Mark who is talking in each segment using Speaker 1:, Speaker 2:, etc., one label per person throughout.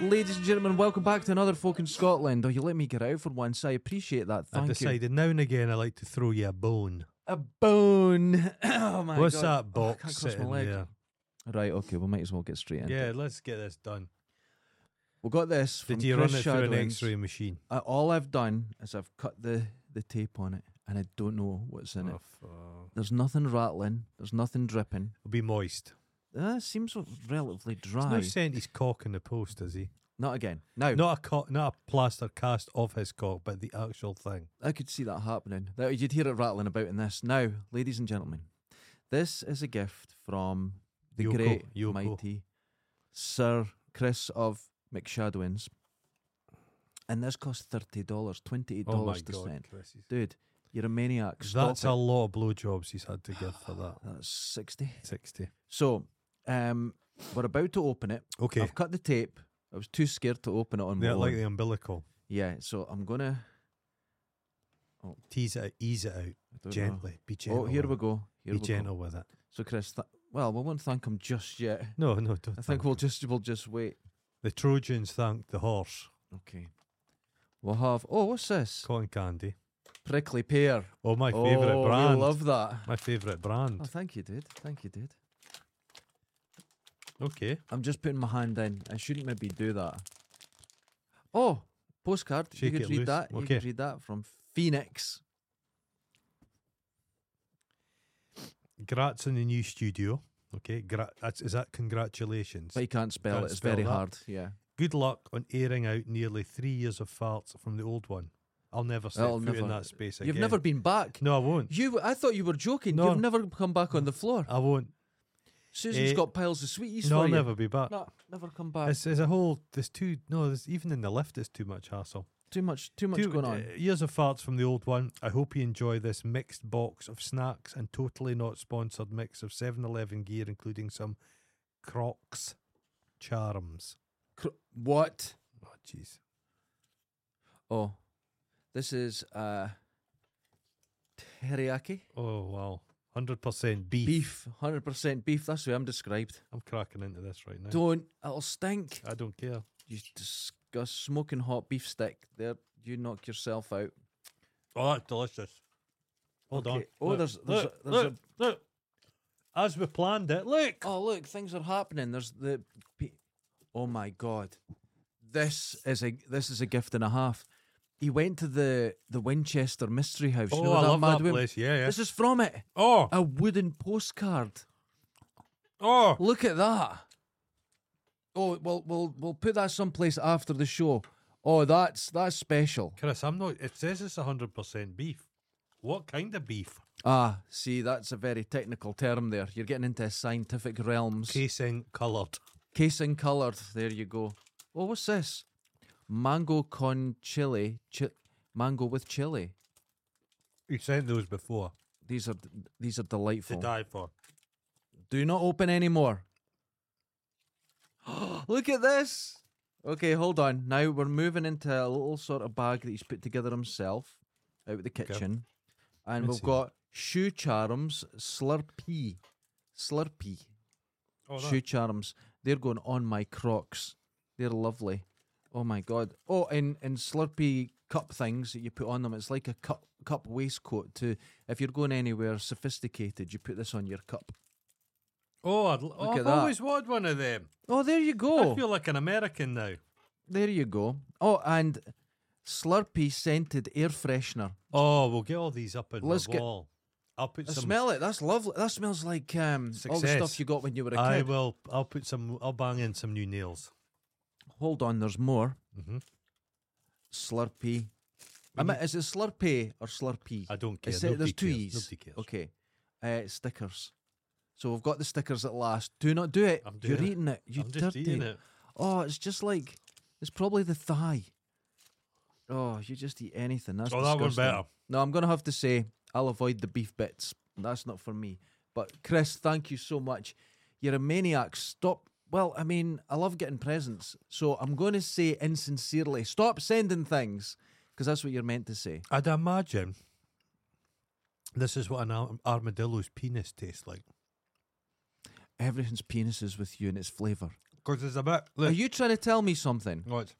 Speaker 1: Ladies and gentlemen, welcome back to another fucking Scotland. Oh, you let me get out for once. I appreciate that.
Speaker 2: I've
Speaker 1: Thank you.
Speaker 2: decided now and again I like to throw you a bone.
Speaker 1: A bone. oh my
Speaker 2: What's
Speaker 1: god.
Speaker 2: that
Speaker 1: Oh, I
Speaker 2: box
Speaker 1: can't cross my
Speaker 2: sitting
Speaker 1: leg.
Speaker 2: there?
Speaker 1: Right, okay, we might as well get straight in.
Speaker 2: Yeah, let's get this done.
Speaker 1: We got this from
Speaker 2: Did you
Speaker 1: Chris
Speaker 2: run it through an
Speaker 1: Shadwins.
Speaker 2: X-ray machine?
Speaker 1: Uh, all I've done is I've cut the, the tape on it and I don't know what's in it.
Speaker 2: Oh, fuck.
Speaker 1: There's nothing rattling, there's nothing dripping.
Speaker 2: It'll be moist.
Speaker 1: Uh, it seems relatively
Speaker 2: He's
Speaker 1: dry.
Speaker 2: not sent his cock in the post, has he?
Speaker 1: Not again. Now,
Speaker 2: Not a co- not a plaster cast of his cock, but the actual thing.
Speaker 1: I could see that happening. That- You'd hear it rattling about in this. Now, ladies and gentlemen, this is a gift from the
Speaker 2: Yoko,
Speaker 1: great,
Speaker 2: Yoko.
Speaker 1: mighty Sir Chris of McShadwins. And this cost $30, $28
Speaker 2: Oh my
Speaker 1: to
Speaker 2: god,
Speaker 1: send.
Speaker 2: Chris. he's-
Speaker 1: Dude, you're a maniac. Stop
Speaker 2: That's
Speaker 1: it.
Speaker 2: a lot of blowjobs he's had to give for that.
Speaker 1: That's 60
Speaker 2: Sixty.
Speaker 1: So, um, we're about to open it.
Speaker 2: Okay.
Speaker 1: I've cut the tape. I was too scared to open it on my
Speaker 2: They're
Speaker 1: own.
Speaker 2: like the umbilical.
Speaker 1: yeah, so I'm gonna.
Speaker 2: Tease it out, ease it out
Speaker 1: I don't know.
Speaker 2: gently. Be gentle.
Speaker 1: Oh, here
Speaker 2: with
Speaker 1: we
Speaker 2: it.
Speaker 1: go. Here
Speaker 2: Be
Speaker 1: we go.
Speaker 2: gentle with it.
Speaker 1: So, Chris, th- well, we won't thank him just yet.
Speaker 2: No, no, don't.
Speaker 1: I
Speaker 2: thank
Speaker 1: think we'll
Speaker 2: him.
Speaker 1: just we'll just wait.
Speaker 2: The Trojans thanked the horse.
Speaker 1: Okay. We'll have oh, what's this?
Speaker 2: Cotton candy.
Speaker 1: Prickly pear.
Speaker 2: Oh, my
Speaker 1: oh,
Speaker 2: favourite brand.
Speaker 1: We love that.
Speaker 2: my favourite
Speaker 1: Oh,
Speaker 2: brand.
Speaker 1: thank you, dude. Thank you, dude.
Speaker 2: Okay.
Speaker 1: I'm just putting my hand in. I shouldn't maybe do that. Oh, postcard.
Speaker 2: Shake
Speaker 1: you
Speaker 2: it
Speaker 1: could read
Speaker 2: loose.
Speaker 1: that. You
Speaker 2: Okay.
Speaker 1: could read that from Phoenix.
Speaker 2: Grats in the new studio. Okay. Gra- that's, is that congratulations?
Speaker 1: But you can't spell
Speaker 2: Can't
Speaker 1: it. It's
Speaker 2: spell
Speaker 1: very
Speaker 2: that.
Speaker 1: hard. Yeah.
Speaker 2: Good luck on airing out nearly three years of farts from the old one. I'll never set
Speaker 1: I'll
Speaker 2: foot in
Speaker 1: never-
Speaker 2: that space again.
Speaker 1: You've never been back.
Speaker 2: No, I won't.
Speaker 1: You. I thought you were joking.
Speaker 2: No.
Speaker 1: You've never come back on the floor.
Speaker 2: I won't.
Speaker 1: Susan's
Speaker 2: Eh,
Speaker 1: got piles of sweeties
Speaker 2: no,
Speaker 1: for
Speaker 2: I'll
Speaker 1: you.
Speaker 2: never be back.
Speaker 1: No, never come back.
Speaker 2: It's, it's a whole. There's too. No, there's, even in the lift, there's too much hassle.
Speaker 1: too much. Too much
Speaker 2: Two
Speaker 1: going on.
Speaker 2: uh, Years of farts from the old one. I hope you enjoy this mixed box of snacks and totally not sponsored mix of 7 Eleven gear, including some Crocs charms.
Speaker 1: Cr- what?
Speaker 2: Oh, jeez.
Speaker 1: Oh, this is uh, teriyaki
Speaker 2: Oh, wow. 100% beef.
Speaker 1: beef, hundred percent beef. That's the way I'm described.
Speaker 2: I'm cracking into this right now.
Speaker 1: Don't it'll stink.
Speaker 2: I don't care.
Speaker 1: You discuss smoking hot beef stick. There, you knock yourself out.
Speaker 2: Oh, that's delicious. Hold
Speaker 1: Okay.
Speaker 2: on.
Speaker 1: Oh,
Speaker 2: Look,
Speaker 1: there's- there's
Speaker 2: look,
Speaker 1: a- there's a-
Speaker 2: look, look. As we planned it, look.
Speaker 1: Oh look, things are happening. There's the. pe- Oh my god, this is a this is a gift and a half. He went to the the Winchester Mystery House. you
Speaker 2: Oh,
Speaker 1: know
Speaker 2: I
Speaker 1: that
Speaker 2: love
Speaker 1: mad
Speaker 2: that
Speaker 1: woman?
Speaker 2: place. Yeah, yeah.
Speaker 1: This is from it.
Speaker 2: Oh,
Speaker 1: A wooden postcard.
Speaker 2: oh.
Speaker 1: Look at that. Oh, we'll we'll we'll put that someplace after the show. Oh, that's that's special.
Speaker 2: Chris, I'm not. It says it's 100% beef. What kind of beef?
Speaker 1: Ah, see, that's a very technical term there. You're getting into scientific realms.
Speaker 2: Casing coloured.
Speaker 1: Casing coloured. There you go. Oh, what's this? Mango con chili. Chi- mango with chili.
Speaker 2: You sent those before
Speaker 1: These are these are
Speaker 2: to
Speaker 1: delightful.
Speaker 2: die for.
Speaker 1: Do not open anymore. Look at this. Okay, hold on. Now we're moving into a little sort of bag that he's put together himself out of the kitchen.
Speaker 2: Let's
Speaker 1: And we've
Speaker 2: see.
Speaker 1: got shoe charms, slurpee. Slurpee.
Speaker 2: Oh, that-
Speaker 1: shoe charms. They're going on my crocs. They're lovely. Oh my god. Oh, and, and slurpee cup things that you put on them. It's like a cup cup waistcoat to if you're going anywhere sophisticated, you put this on your cup.
Speaker 2: oh, I'd, l- oh
Speaker 1: at
Speaker 2: I've
Speaker 1: that.
Speaker 2: always wanted one of them.
Speaker 1: Oh, there you go.
Speaker 2: I feel like an American now.
Speaker 1: There you go. Oh, and Slurpee scented air freshener.
Speaker 2: Oh, we'll get all these up in
Speaker 1: Let's
Speaker 2: the
Speaker 1: get-
Speaker 2: wall. I'll put
Speaker 1: I
Speaker 2: some.
Speaker 1: smell it. That's lovely. That smells like um, all the
Speaker 2: Success.
Speaker 1: stuff you got when you were a kid.
Speaker 2: I will. I'll put some. I'll bang in some new nails.
Speaker 1: Hold on, there's more.
Speaker 2: Mhm.
Speaker 1: Slurpee. I mean, is it Slurpee or Slurpee?
Speaker 2: I don't care.
Speaker 1: Is it-
Speaker 2: Nobody
Speaker 1: there's two
Speaker 2: cares.
Speaker 1: E's.
Speaker 2: Nobody cares.
Speaker 1: Okay. Uh, stickers. So we've got the stickers at last. Do not do it.
Speaker 2: I'm
Speaker 1: You're
Speaker 2: doing it.
Speaker 1: eating it. You
Speaker 2: I'm just
Speaker 1: dirty.
Speaker 2: eating it.
Speaker 1: Oh, it's just like it's probably the thigh. Oh, you just eat anything. That's
Speaker 2: Oh, that one
Speaker 1: disgusting.
Speaker 2: better.
Speaker 1: No, I'm gonna have to say I'll avoid the beef bits. That's not for me. But Chris, thank you so much. You're a maniac. Stop. Well, I mean, I love getting presents, so I'm going to say insincerely, stop sending things because that's what you're meant to say.
Speaker 2: I'd imagine this is what an ar- armadillo's penis tastes like.
Speaker 1: Everything's penises with you and its flavour.
Speaker 2: because there's a bit. Look,
Speaker 1: Are you trying to tell me something?
Speaker 2: What?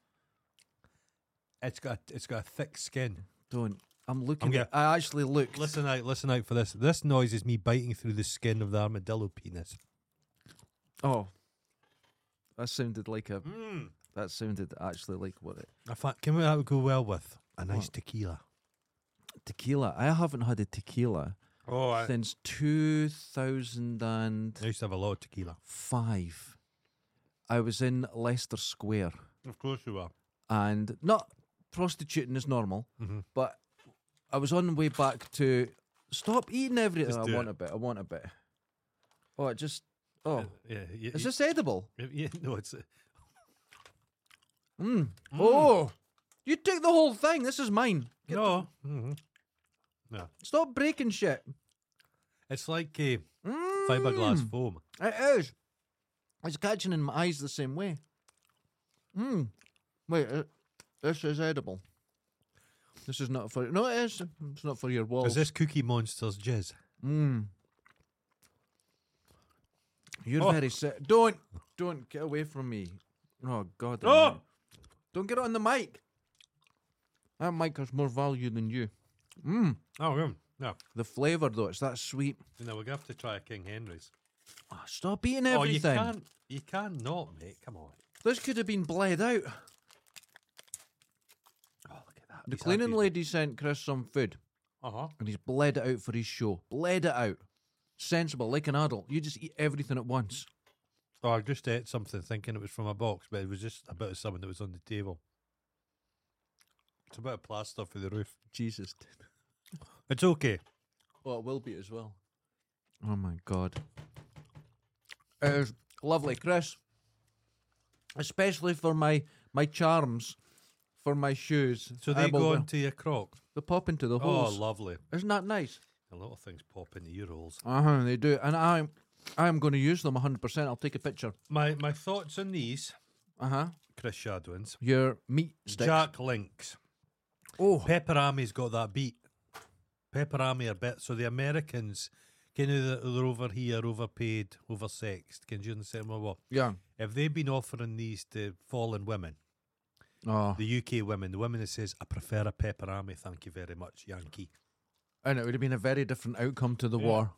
Speaker 2: It's got a, it's got a thick skin.
Speaker 1: Don't. I'm looking.
Speaker 2: gonna-
Speaker 1: I actually looked.
Speaker 2: Listen out, listen out for this. This noise is me biting through the skin of the armadillo penis.
Speaker 1: Oh, that sounded like a.
Speaker 2: Hmm.
Speaker 1: That sounded actually like what it
Speaker 2: I thought, can we that would go well with a nice tequila?
Speaker 1: tequila. I haven't had a tequila
Speaker 2: Oh,
Speaker 1: since two thousand and
Speaker 2: I used to have a lot of tequila.
Speaker 1: five. I was in Leicester Square,
Speaker 2: Of course you are.
Speaker 1: and not prostituting is normal,
Speaker 2: Mhm.
Speaker 1: but I was on the way back to stop eating everything. Oh,
Speaker 2: Just
Speaker 1: I
Speaker 2: do
Speaker 1: want
Speaker 2: it.
Speaker 1: a bit. I want a bit. Oh, it just. Oh,
Speaker 2: Yeah, yeah,
Speaker 1: is this edible?
Speaker 2: yeah, yeah, no, it's uh,
Speaker 1: Mm. Oh, you took the whole thing. This is mine. Get the-
Speaker 2: no. mhm.
Speaker 1: stop breaking shit. Mm.
Speaker 2: It's like uh, fiberglass foam.
Speaker 1: It is. It's catching in my eyes the same way. Mmm. Wait, uh, this is edible. This is not for no. It is. It's not for your
Speaker 2: Is
Speaker 1: walls.
Speaker 2: this Cookie Monster's jizz?
Speaker 1: Mmm. You're
Speaker 2: Oh.
Speaker 1: very sick. Don't, don't get away from me. Oh God. that
Speaker 2: Oh.
Speaker 1: mic. Don't get on the mic. That mic has more value than you. Mmm.
Speaker 2: Oh, yeah. no.
Speaker 1: The flavour though, it's that sweet.
Speaker 2: You know, we're gonna have to try a King Henry's.
Speaker 1: Ah, stop eating everything.
Speaker 2: Oh, you can't, you can't not, mate. Come on.
Speaker 1: This could have been bled out.
Speaker 2: Oh, look at that.
Speaker 1: The cleaning lady sent Chris some food
Speaker 2: Uh huh.
Speaker 1: and he's bled it out for his show. Bled it out. Sensible, like an adult. You just eat everything at once.
Speaker 2: Oh, I just ate something thinking it was from a box, but it was just a bit of something that was on the table. It's a bit of plaster for the roof.
Speaker 1: Jesus.
Speaker 2: It's okay.
Speaker 1: Oh, it will be as well. Oh my God. It is lovely, Chris. Especially for my my charms, for my shoes.
Speaker 2: So they
Speaker 1: Eyeball
Speaker 2: go
Speaker 1: down.
Speaker 2: into your crock.
Speaker 1: They pop into the
Speaker 2: Oh,
Speaker 1: holes.
Speaker 2: lovely.
Speaker 1: Isn't that nice?
Speaker 2: A lot of things pop into your holes.
Speaker 1: Uh huh. They do, and I'm I'm going to use them 100. percent I'll take a picture.
Speaker 2: My my thoughts on these,
Speaker 1: Uh huh.
Speaker 2: Chris Shadwins.
Speaker 1: Your meat sticks.
Speaker 2: Uh-huh. Jack Links.
Speaker 1: Oh,
Speaker 2: Pepperami's got that beat. Pepperami are bit. So the Americans, can you know, they're over here, overpaid, oversexed. Can you understand what? what?
Speaker 1: yeah.
Speaker 2: If they've been offering these to fallen women,
Speaker 1: Oh,
Speaker 2: the UK women, the women that says, I prefer a pepperami, thank you very much, Yankee.
Speaker 1: and it would have been a very different outcome to the war.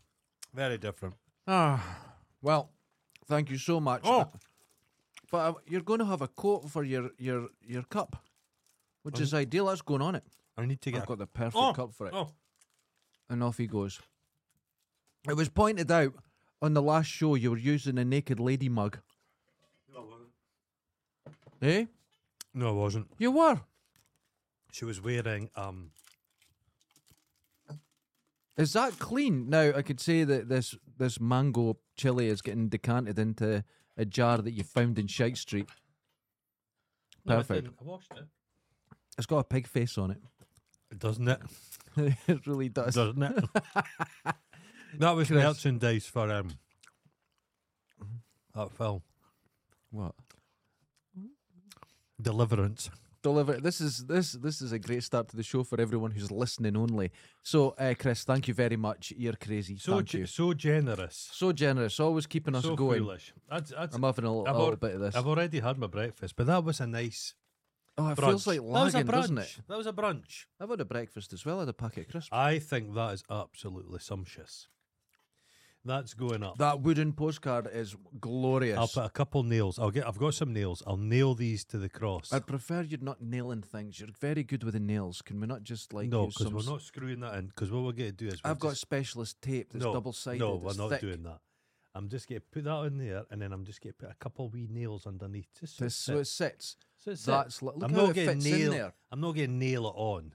Speaker 2: Very different.
Speaker 1: Ah, well, thank you so much.
Speaker 2: Oh.
Speaker 1: but uh, you're going to have a coat for your your your cup, which is ideal. That's going on it.
Speaker 2: I need to get
Speaker 1: I've got the perfect
Speaker 2: Mm-hmm. Oh,
Speaker 1: cup for it.
Speaker 2: oh.
Speaker 1: And off he goes. It was pointed out on the last show you were using a naked lady mug. Eh?
Speaker 2: No, it wasn't.
Speaker 1: You were.
Speaker 2: She was wearing um
Speaker 1: Is that clean? Now I could say that this this mango chili is getting decanted into a jar that you found in Shite Street.
Speaker 2: no, I
Speaker 1: Perfect.
Speaker 2: didn't. I washed it.
Speaker 1: It's got a pig face on
Speaker 2: Doesn't it?
Speaker 1: it. it really does.
Speaker 2: Doesn't it? that was merchandise for um that film.
Speaker 1: What?
Speaker 2: Deliverance.
Speaker 1: Deliver. This is this this is a great start to the show for everyone who's listening only. So, uh, Chris, thank you very much. You're crazy.
Speaker 2: So
Speaker 1: thank
Speaker 2: ge-
Speaker 1: you.
Speaker 2: so generous.
Speaker 1: So generous, always keeping us
Speaker 2: so
Speaker 1: going.
Speaker 2: foolish. That's, that's,
Speaker 1: I'm having a, l- a
Speaker 2: I've
Speaker 1: little
Speaker 2: already-
Speaker 1: bit of this.
Speaker 2: I've already had my breakfast, but that was a nice
Speaker 1: oh, it
Speaker 2: brunch.
Speaker 1: feels like
Speaker 2: that was a
Speaker 1: lagging, doesn't
Speaker 2: brunch.
Speaker 1: it?
Speaker 2: That was a brunch.
Speaker 1: I've had a breakfast as well. I had a packet of crisps.
Speaker 2: I think that is absolutely sumptuous. That's going up.
Speaker 1: That wooden postcard is glorious.
Speaker 2: I'll put a couple nails. I'll get. I've got some nails. I'll nail these to the cross.
Speaker 1: I'd prefer you're not nailing things. You're very good with the nails. Can we not just like
Speaker 2: no,
Speaker 1: use
Speaker 2: because
Speaker 1: some?
Speaker 2: we're
Speaker 1: s-
Speaker 2: not screwing that in. Because what we're going to do is we'll
Speaker 1: I've got
Speaker 2: just-
Speaker 1: specialist tape that's
Speaker 2: no,
Speaker 1: double sided.
Speaker 2: No, we're not doing that. I'm just going to put that in there, and then I'm just going to put a couple wee nails underneath. Just so
Speaker 1: This, so it
Speaker 2: it's
Speaker 1: sits.
Speaker 2: so it's
Speaker 1: That's li- look
Speaker 2: I'm
Speaker 1: how
Speaker 2: not
Speaker 1: it
Speaker 2: getting
Speaker 1: fits
Speaker 2: nail.
Speaker 1: in there.
Speaker 2: I'm not going to nail it on.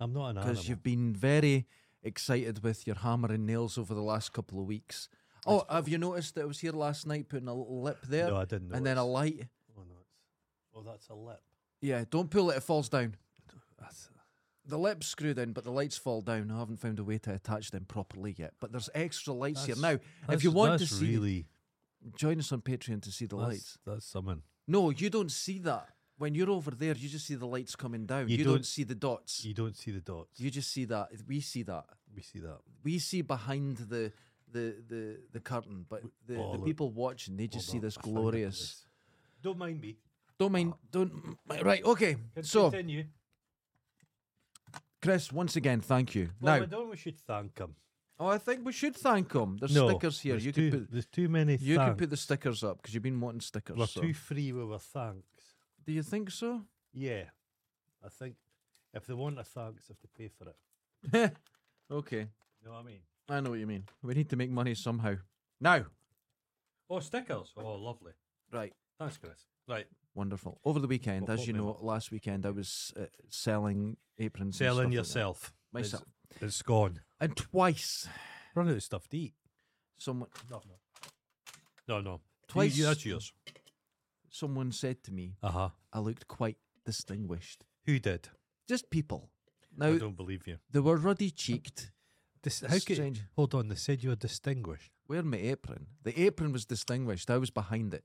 Speaker 2: I'm not an animal.
Speaker 1: Because you've been very excited with your hammer and nails over the last couple of weeks. Oh, have you noticed that I was here last night putting a little lip there?
Speaker 2: No, I didn't
Speaker 1: And then a
Speaker 2: notice.
Speaker 1: light.
Speaker 2: Oh, no, it's- oh, that's a lip.
Speaker 1: Yeah, don't pull it, it falls down.
Speaker 2: That's
Speaker 1: The lip's screwed in, but the lights fall down. I haven't found a way to attach them properly yet. But there's extra lights here. Now,
Speaker 2: That's-
Speaker 1: if you
Speaker 2: that's-
Speaker 1: want to
Speaker 2: that's
Speaker 1: see,
Speaker 2: really,
Speaker 1: join us on Patreon to see the
Speaker 2: that's,
Speaker 1: lights.
Speaker 2: that's something.
Speaker 1: No, you don't see that. When you're over there, you just see the lights coming down. You,
Speaker 2: You
Speaker 1: don't,
Speaker 2: don't-
Speaker 1: see the dots. You,
Speaker 2: You don't see the dots.
Speaker 1: just see that. We see that.
Speaker 2: we see that.
Speaker 1: We see behind the the the the curtain, but the,
Speaker 2: Oh,
Speaker 1: the
Speaker 2: look.
Speaker 1: people watching they just
Speaker 2: Hold
Speaker 1: see
Speaker 2: on,
Speaker 1: this
Speaker 2: I found it,
Speaker 1: glorious.
Speaker 2: please. Don't mind me.
Speaker 1: Don't
Speaker 2: Ah.
Speaker 1: mind. Don't right. Okay.
Speaker 2: Can
Speaker 1: So
Speaker 2: continue.
Speaker 1: Chris, once again, thank you.
Speaker 2: Well, I
Speaker 1: now,
Speaker 2: don't. We should thank him.
Speaker 1: oh, I think we should thank him. There's stickers here.
Speaker 2: there's
Speaker 1: You
Speaker 2: too,
Speaker 1: could put
Speaker 2: There's too many.
Speaker 1: you could
Speaker 2: thanks.
Speaker 1: put the stickers up because you've been wanting stickers.
Speaker 2: We're
Speaker 1: so.
Speaker 2: too free with our thanks.
Speaker 1: Do you think so?
Speaker 2: Yeah, I think if they want a thanks, they have to pay for it.
Speaker 1: okay.
Speaker 2: You know what I mean?
Speaker 1: I know what you mean. We need to make money somehow. Now,
Speaker 2: Oh, stickers. Oh, lovely.
Speaker 1: right.
Speaker 2: Thanks, Chris. Right,
Speaker 1: Wonderful. Over the weekend,
Speaker 2: Well,
Speaker 1: as you
Speaker 2: probably
Speaker 1: know, last weekend I was uh, selling aprons. and
Speaker 2: selling
Speaker 1: stuff like
Speaker 2: yourself.
Speaker 1: that. myself,
Speaker 2: It's, it's gone.
Speaker 1: and twice
Speaker 2: Run out of stuff to eat.
Speaker 1: someone
Speaker 2: No, no. No, no.
Speaker 1: Twice-
Speaker 2: You, you- that's yours.
Speaker 1: someone said to me
Speaker 2: Uh huh.
Speaker 1: I looked quite distinguished.
Speaker 2: Who did?
Speaker 1: Just people.
Speaker 2: I
Speaker 1: Now
Speaker 2: don't believe you.
Speaker 1: they were ruddy cheeked.
Speaker 2: Dis- how could,
Speaker 1: Strange.
Speaker 2: hold on, they said you were distinguished.
Speaker 1: Wearing my apron. The apron was distinguished. I was behind it.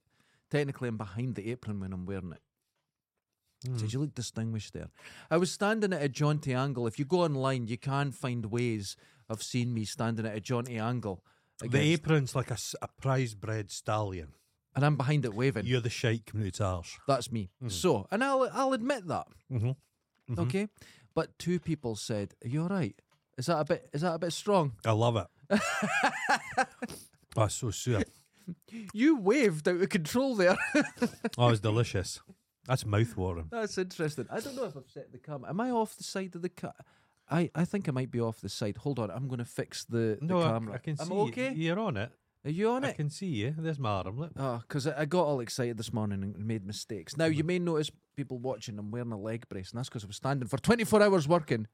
Speaker 1: Technically, I'm behind the apron when I'm wearing it.
Speaker 2: Hmm.
Speaker 1: Did you look distinguished there? I was standing at a jaunty angle. If you go online, you can find ways of seeing me standing at a jaunty angle.
Speaker 2: The
Speaker 1: against-
Speaker 2: apron's like a, s- a prize bred stallion.
Speaker 1: and I'm behind it waving.
Speaker 2: You're the shite coming out its arse.
Speaker 1: That's me.
Speaker 2: Hmm.
Speaker 1: So, and I'll I'll admit that.
Speaker 2: Mhm.
Speaker 1: Okay, but two people said, "Are you all right? Is that a bit? Is that a bit strong?"
Speaker 2: I love it. That's so sure.
Speaker 1: You waved out of control there.
Speaker 2: Oh, it's delicious. That's mouth watering.
Speaker 1: That's interesting. I don't know if I've set the camera. Am I off the side of the cut? I, I think I might be off the side. Hold on, I'm going to fix the, the
Speaker 2: No, I,
Speaker 1: camera.
Speaker 2: I can see
Speaker 1: I'm
Speaker 2: you.
Speaker 1: okay.
Speaker 2: You're on it.
Speaker 1: Are you on
Speaker 2: I
Speaker 1: it?
Speaker 2: can see you. There's my arm. Look.
Speaker 1: Oh, because I I got all excited this morning and made mistakes. Now,
Speaker 2: Mm-hmm.
Speaker 1: you may notice people watching, I'm wearing a leg brace, and that's because I was standing for 24 hours working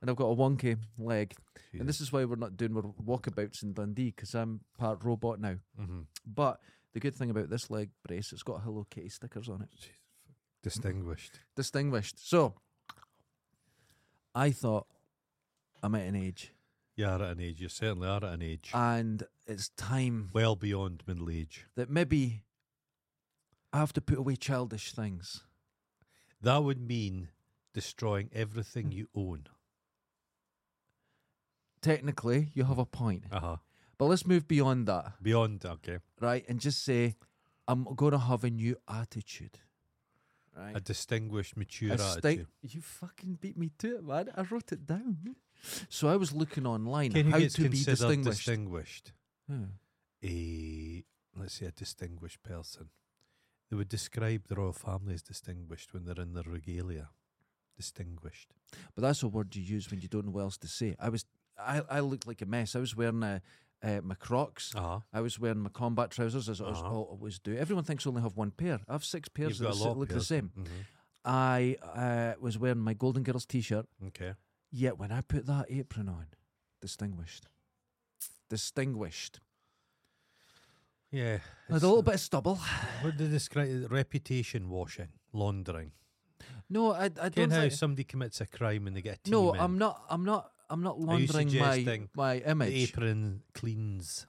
Speaker 1: and I've got a wonky leg. And this is why we're not doing our walkabouts in Dundee because I'm part robot now.
Speaker 2: Mm-hmm.
Speaker 1: But the good thing about this leg brace, it's got Hello Kitty stickers on it.
Speaker 2: Distinguished.
Speaker 1: Distinguished. So, I thought I'm at an age
Speaker 2: You are at an age. You certainly are at an age.
Speaker 1: and it's time
Speaker 2: well beyond middle age.
Speaker 1: that maybe I have to put away childish things.
Speaker 2: That would mean destroying everything you own.
Speaker 1: Technically, you have a point.
Speaker 2: Uh huh.
Speaker 1: But let's move beyond that,
Speaker 2: Beyond. Okay.
Speaker 1: right? And just say, I'm going to have a new attitude.
Speaker 2: A
Speaker 1: Right?
Speaker 2: distinguished, mature
Speaker 1: A sti-
Speaker 2: attitude.
Speaker 1: you fucking beat me to it, man. I wrote it down. So I was looking online
Speaker 2: Can you
Speaker 1: how
Speaker 2: get
Speaker 1: to be
Speaker 2: considered
Speaker 1: distinguished.
Speaker 2: distinguished?
Speaker 1: Hmm.
Speaker 2: a let's say a distinguished person. They would describe the royal family as distinguished when they're in their regalia. Distinguished.
Speaker 1: But that's a word you use when you don't know what else to say. I was, I, I looked like a mess. I was wearing a, uh, my Crocs.
Speaker 2: Uh-huh.
Speaker 1: I was wearing my combat trousers as I was-
Speaker 2: Uh-huh.
Speaker 1: al- always do. Everyone thinks I only have one pair. I have six pairs
Speaker 2: You've got
Speaker 1: that
Speaker 2: a
Speaker 1: sit-
Speaker 2: lot of
Speaker 1: look the
Speaker 2: pairs.
Speaker 1: same.
Speaker 2: Mm-hmm.
Speaker 1: I uh, was wearing my Golden Girls t-shirt.
Speaker 2: Okay.
Speaker 1: Yet when I put that apron on, distinguished, distinguished.
Speaker 2: Yeah.
Speaker 1: I had a
Speaker 2: it's- uh,
Speaker 1: little bit of stubble.
Speaker 2: What do they describe? it? Reputation washing, laundering.
Speaker 1: No, I, I
Speaker 2: Ken,
Speaker 1: don't.
Speaker 2: how
Speaker 1: Think,
Speaker 2: somebody commits a crime and they get a team
Speaker 1: no,
Speaker 2: in.
Speaker 1: I'm not. I'm not. I'm not
Speaker 2: Are you
Speaker 1: laundering my
Speaker 2: suggesting
Speaker 1: my
Speaker 2: the
Speaker 1: image.
Speaker 2: apron cleans.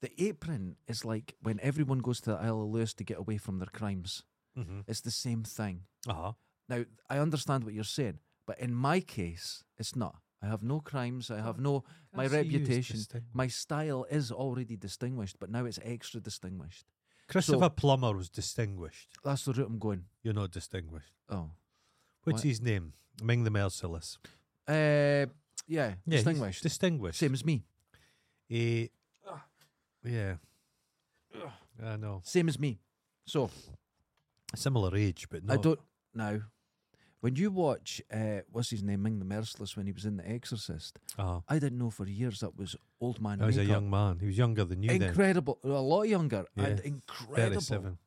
Speaker 1: The apron is like when everyone goes to the Isle of Lewis to get away from their crimes.
Speaker 2: Mm-hmm.
Speaker 1: It's the same thing.
Speaker 2: Uh huh.
Speaker 1: Now, I understand what you're saying, but in my case, it's not. I have no crimes. I have no my
Speaker 2: I see you as
Speaker 1: reputation.
Speaker 2: distinguished.
Speaker 1: My style is already distinguished, but now it's extra distinguished.
Speaker 2: Christopher Plummer was distinguished.
Speaker 1: That's the route I'm going.
Speaker 2: You're not distinguished.
Speaker 1: Oh,
Speaker 2: What's
Speaker 1: What?
Speaker 2: his name? Ming the Merciless.
Speaker 1: uh, yeah,
Speaker 2: Yeah, he's
Speaker 1: distinguished,
Speaker 2: Distinguished.
Speaker 1: same as me,
Speaker 2: Eh, yeah. I know.
Speaker 1: same as me. So
Speaker 2: Similar age, but no.
Speaker 1: I don't now. When you watch, uh, what's his name, Ming the Merciless, when he was in The Exorcist,
Speaker 2: Uh,
Speaker 1: I didn't know for years that was old man.
Speaker 2: I was a
Speaker 1: makeup.
Speaker 2: young man. He was younger than you then.
Speaker 1: incredible, a lot younger, and
Speaker 2: Yeah,
Speaker 1: incredible,
Speaker 2: 37.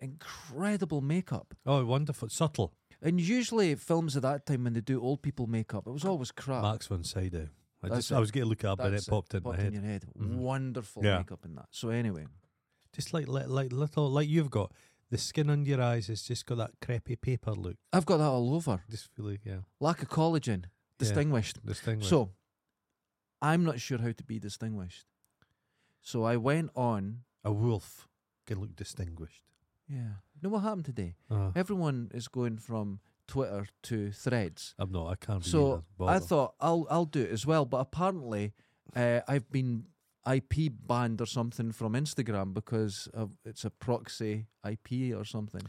Speaker 1: incredible makeup.
Speaker 2: Oh, wonderful. Subtle.
Speaker 1: And usually films at that time when they do old people makeup, it was always crap.
Speaker 2: Max von Sydow. eh? I,
Speaker 1: That's
Speaker 2: just,
Speaker 1: it.
Speaker 2: I was getting a look up and it
Speaker 1: That's
Speaker 2: popped in my head. Mm-hmm.
Speaker 1: your head. Wonderful
Speaker 2: Yeah.
Speaker 1: makeup in that. So anyway,
Speaker 2: Just like, like like little like you've got. The skin under your eyes has just got that creepy paper look.
Speaker 1: I've got that all over.
Speaker 2: Just feel like yeah.
Speaker 1: Lack of collagen, distinguished.
Speaker 2: Distinguished.
Speaker 1: So I'm not sure how to be distinguished. So I went on.
Speaker 2: a wolf can look distinguished.
Speaker 1: Yeah. You know what happened today?
Speaker 2: Uh,
Speaker 1: Everyone is going from Twitter to threads.
Speaker 2: I'm not. I can't. be
Speaker 1: So
Speaker 2: bothered.
Speaker 1: I thought I'll I'll do it as well, but apparently uh, I've been IP banned or something from Instagram because of, it's a proxy IP or something.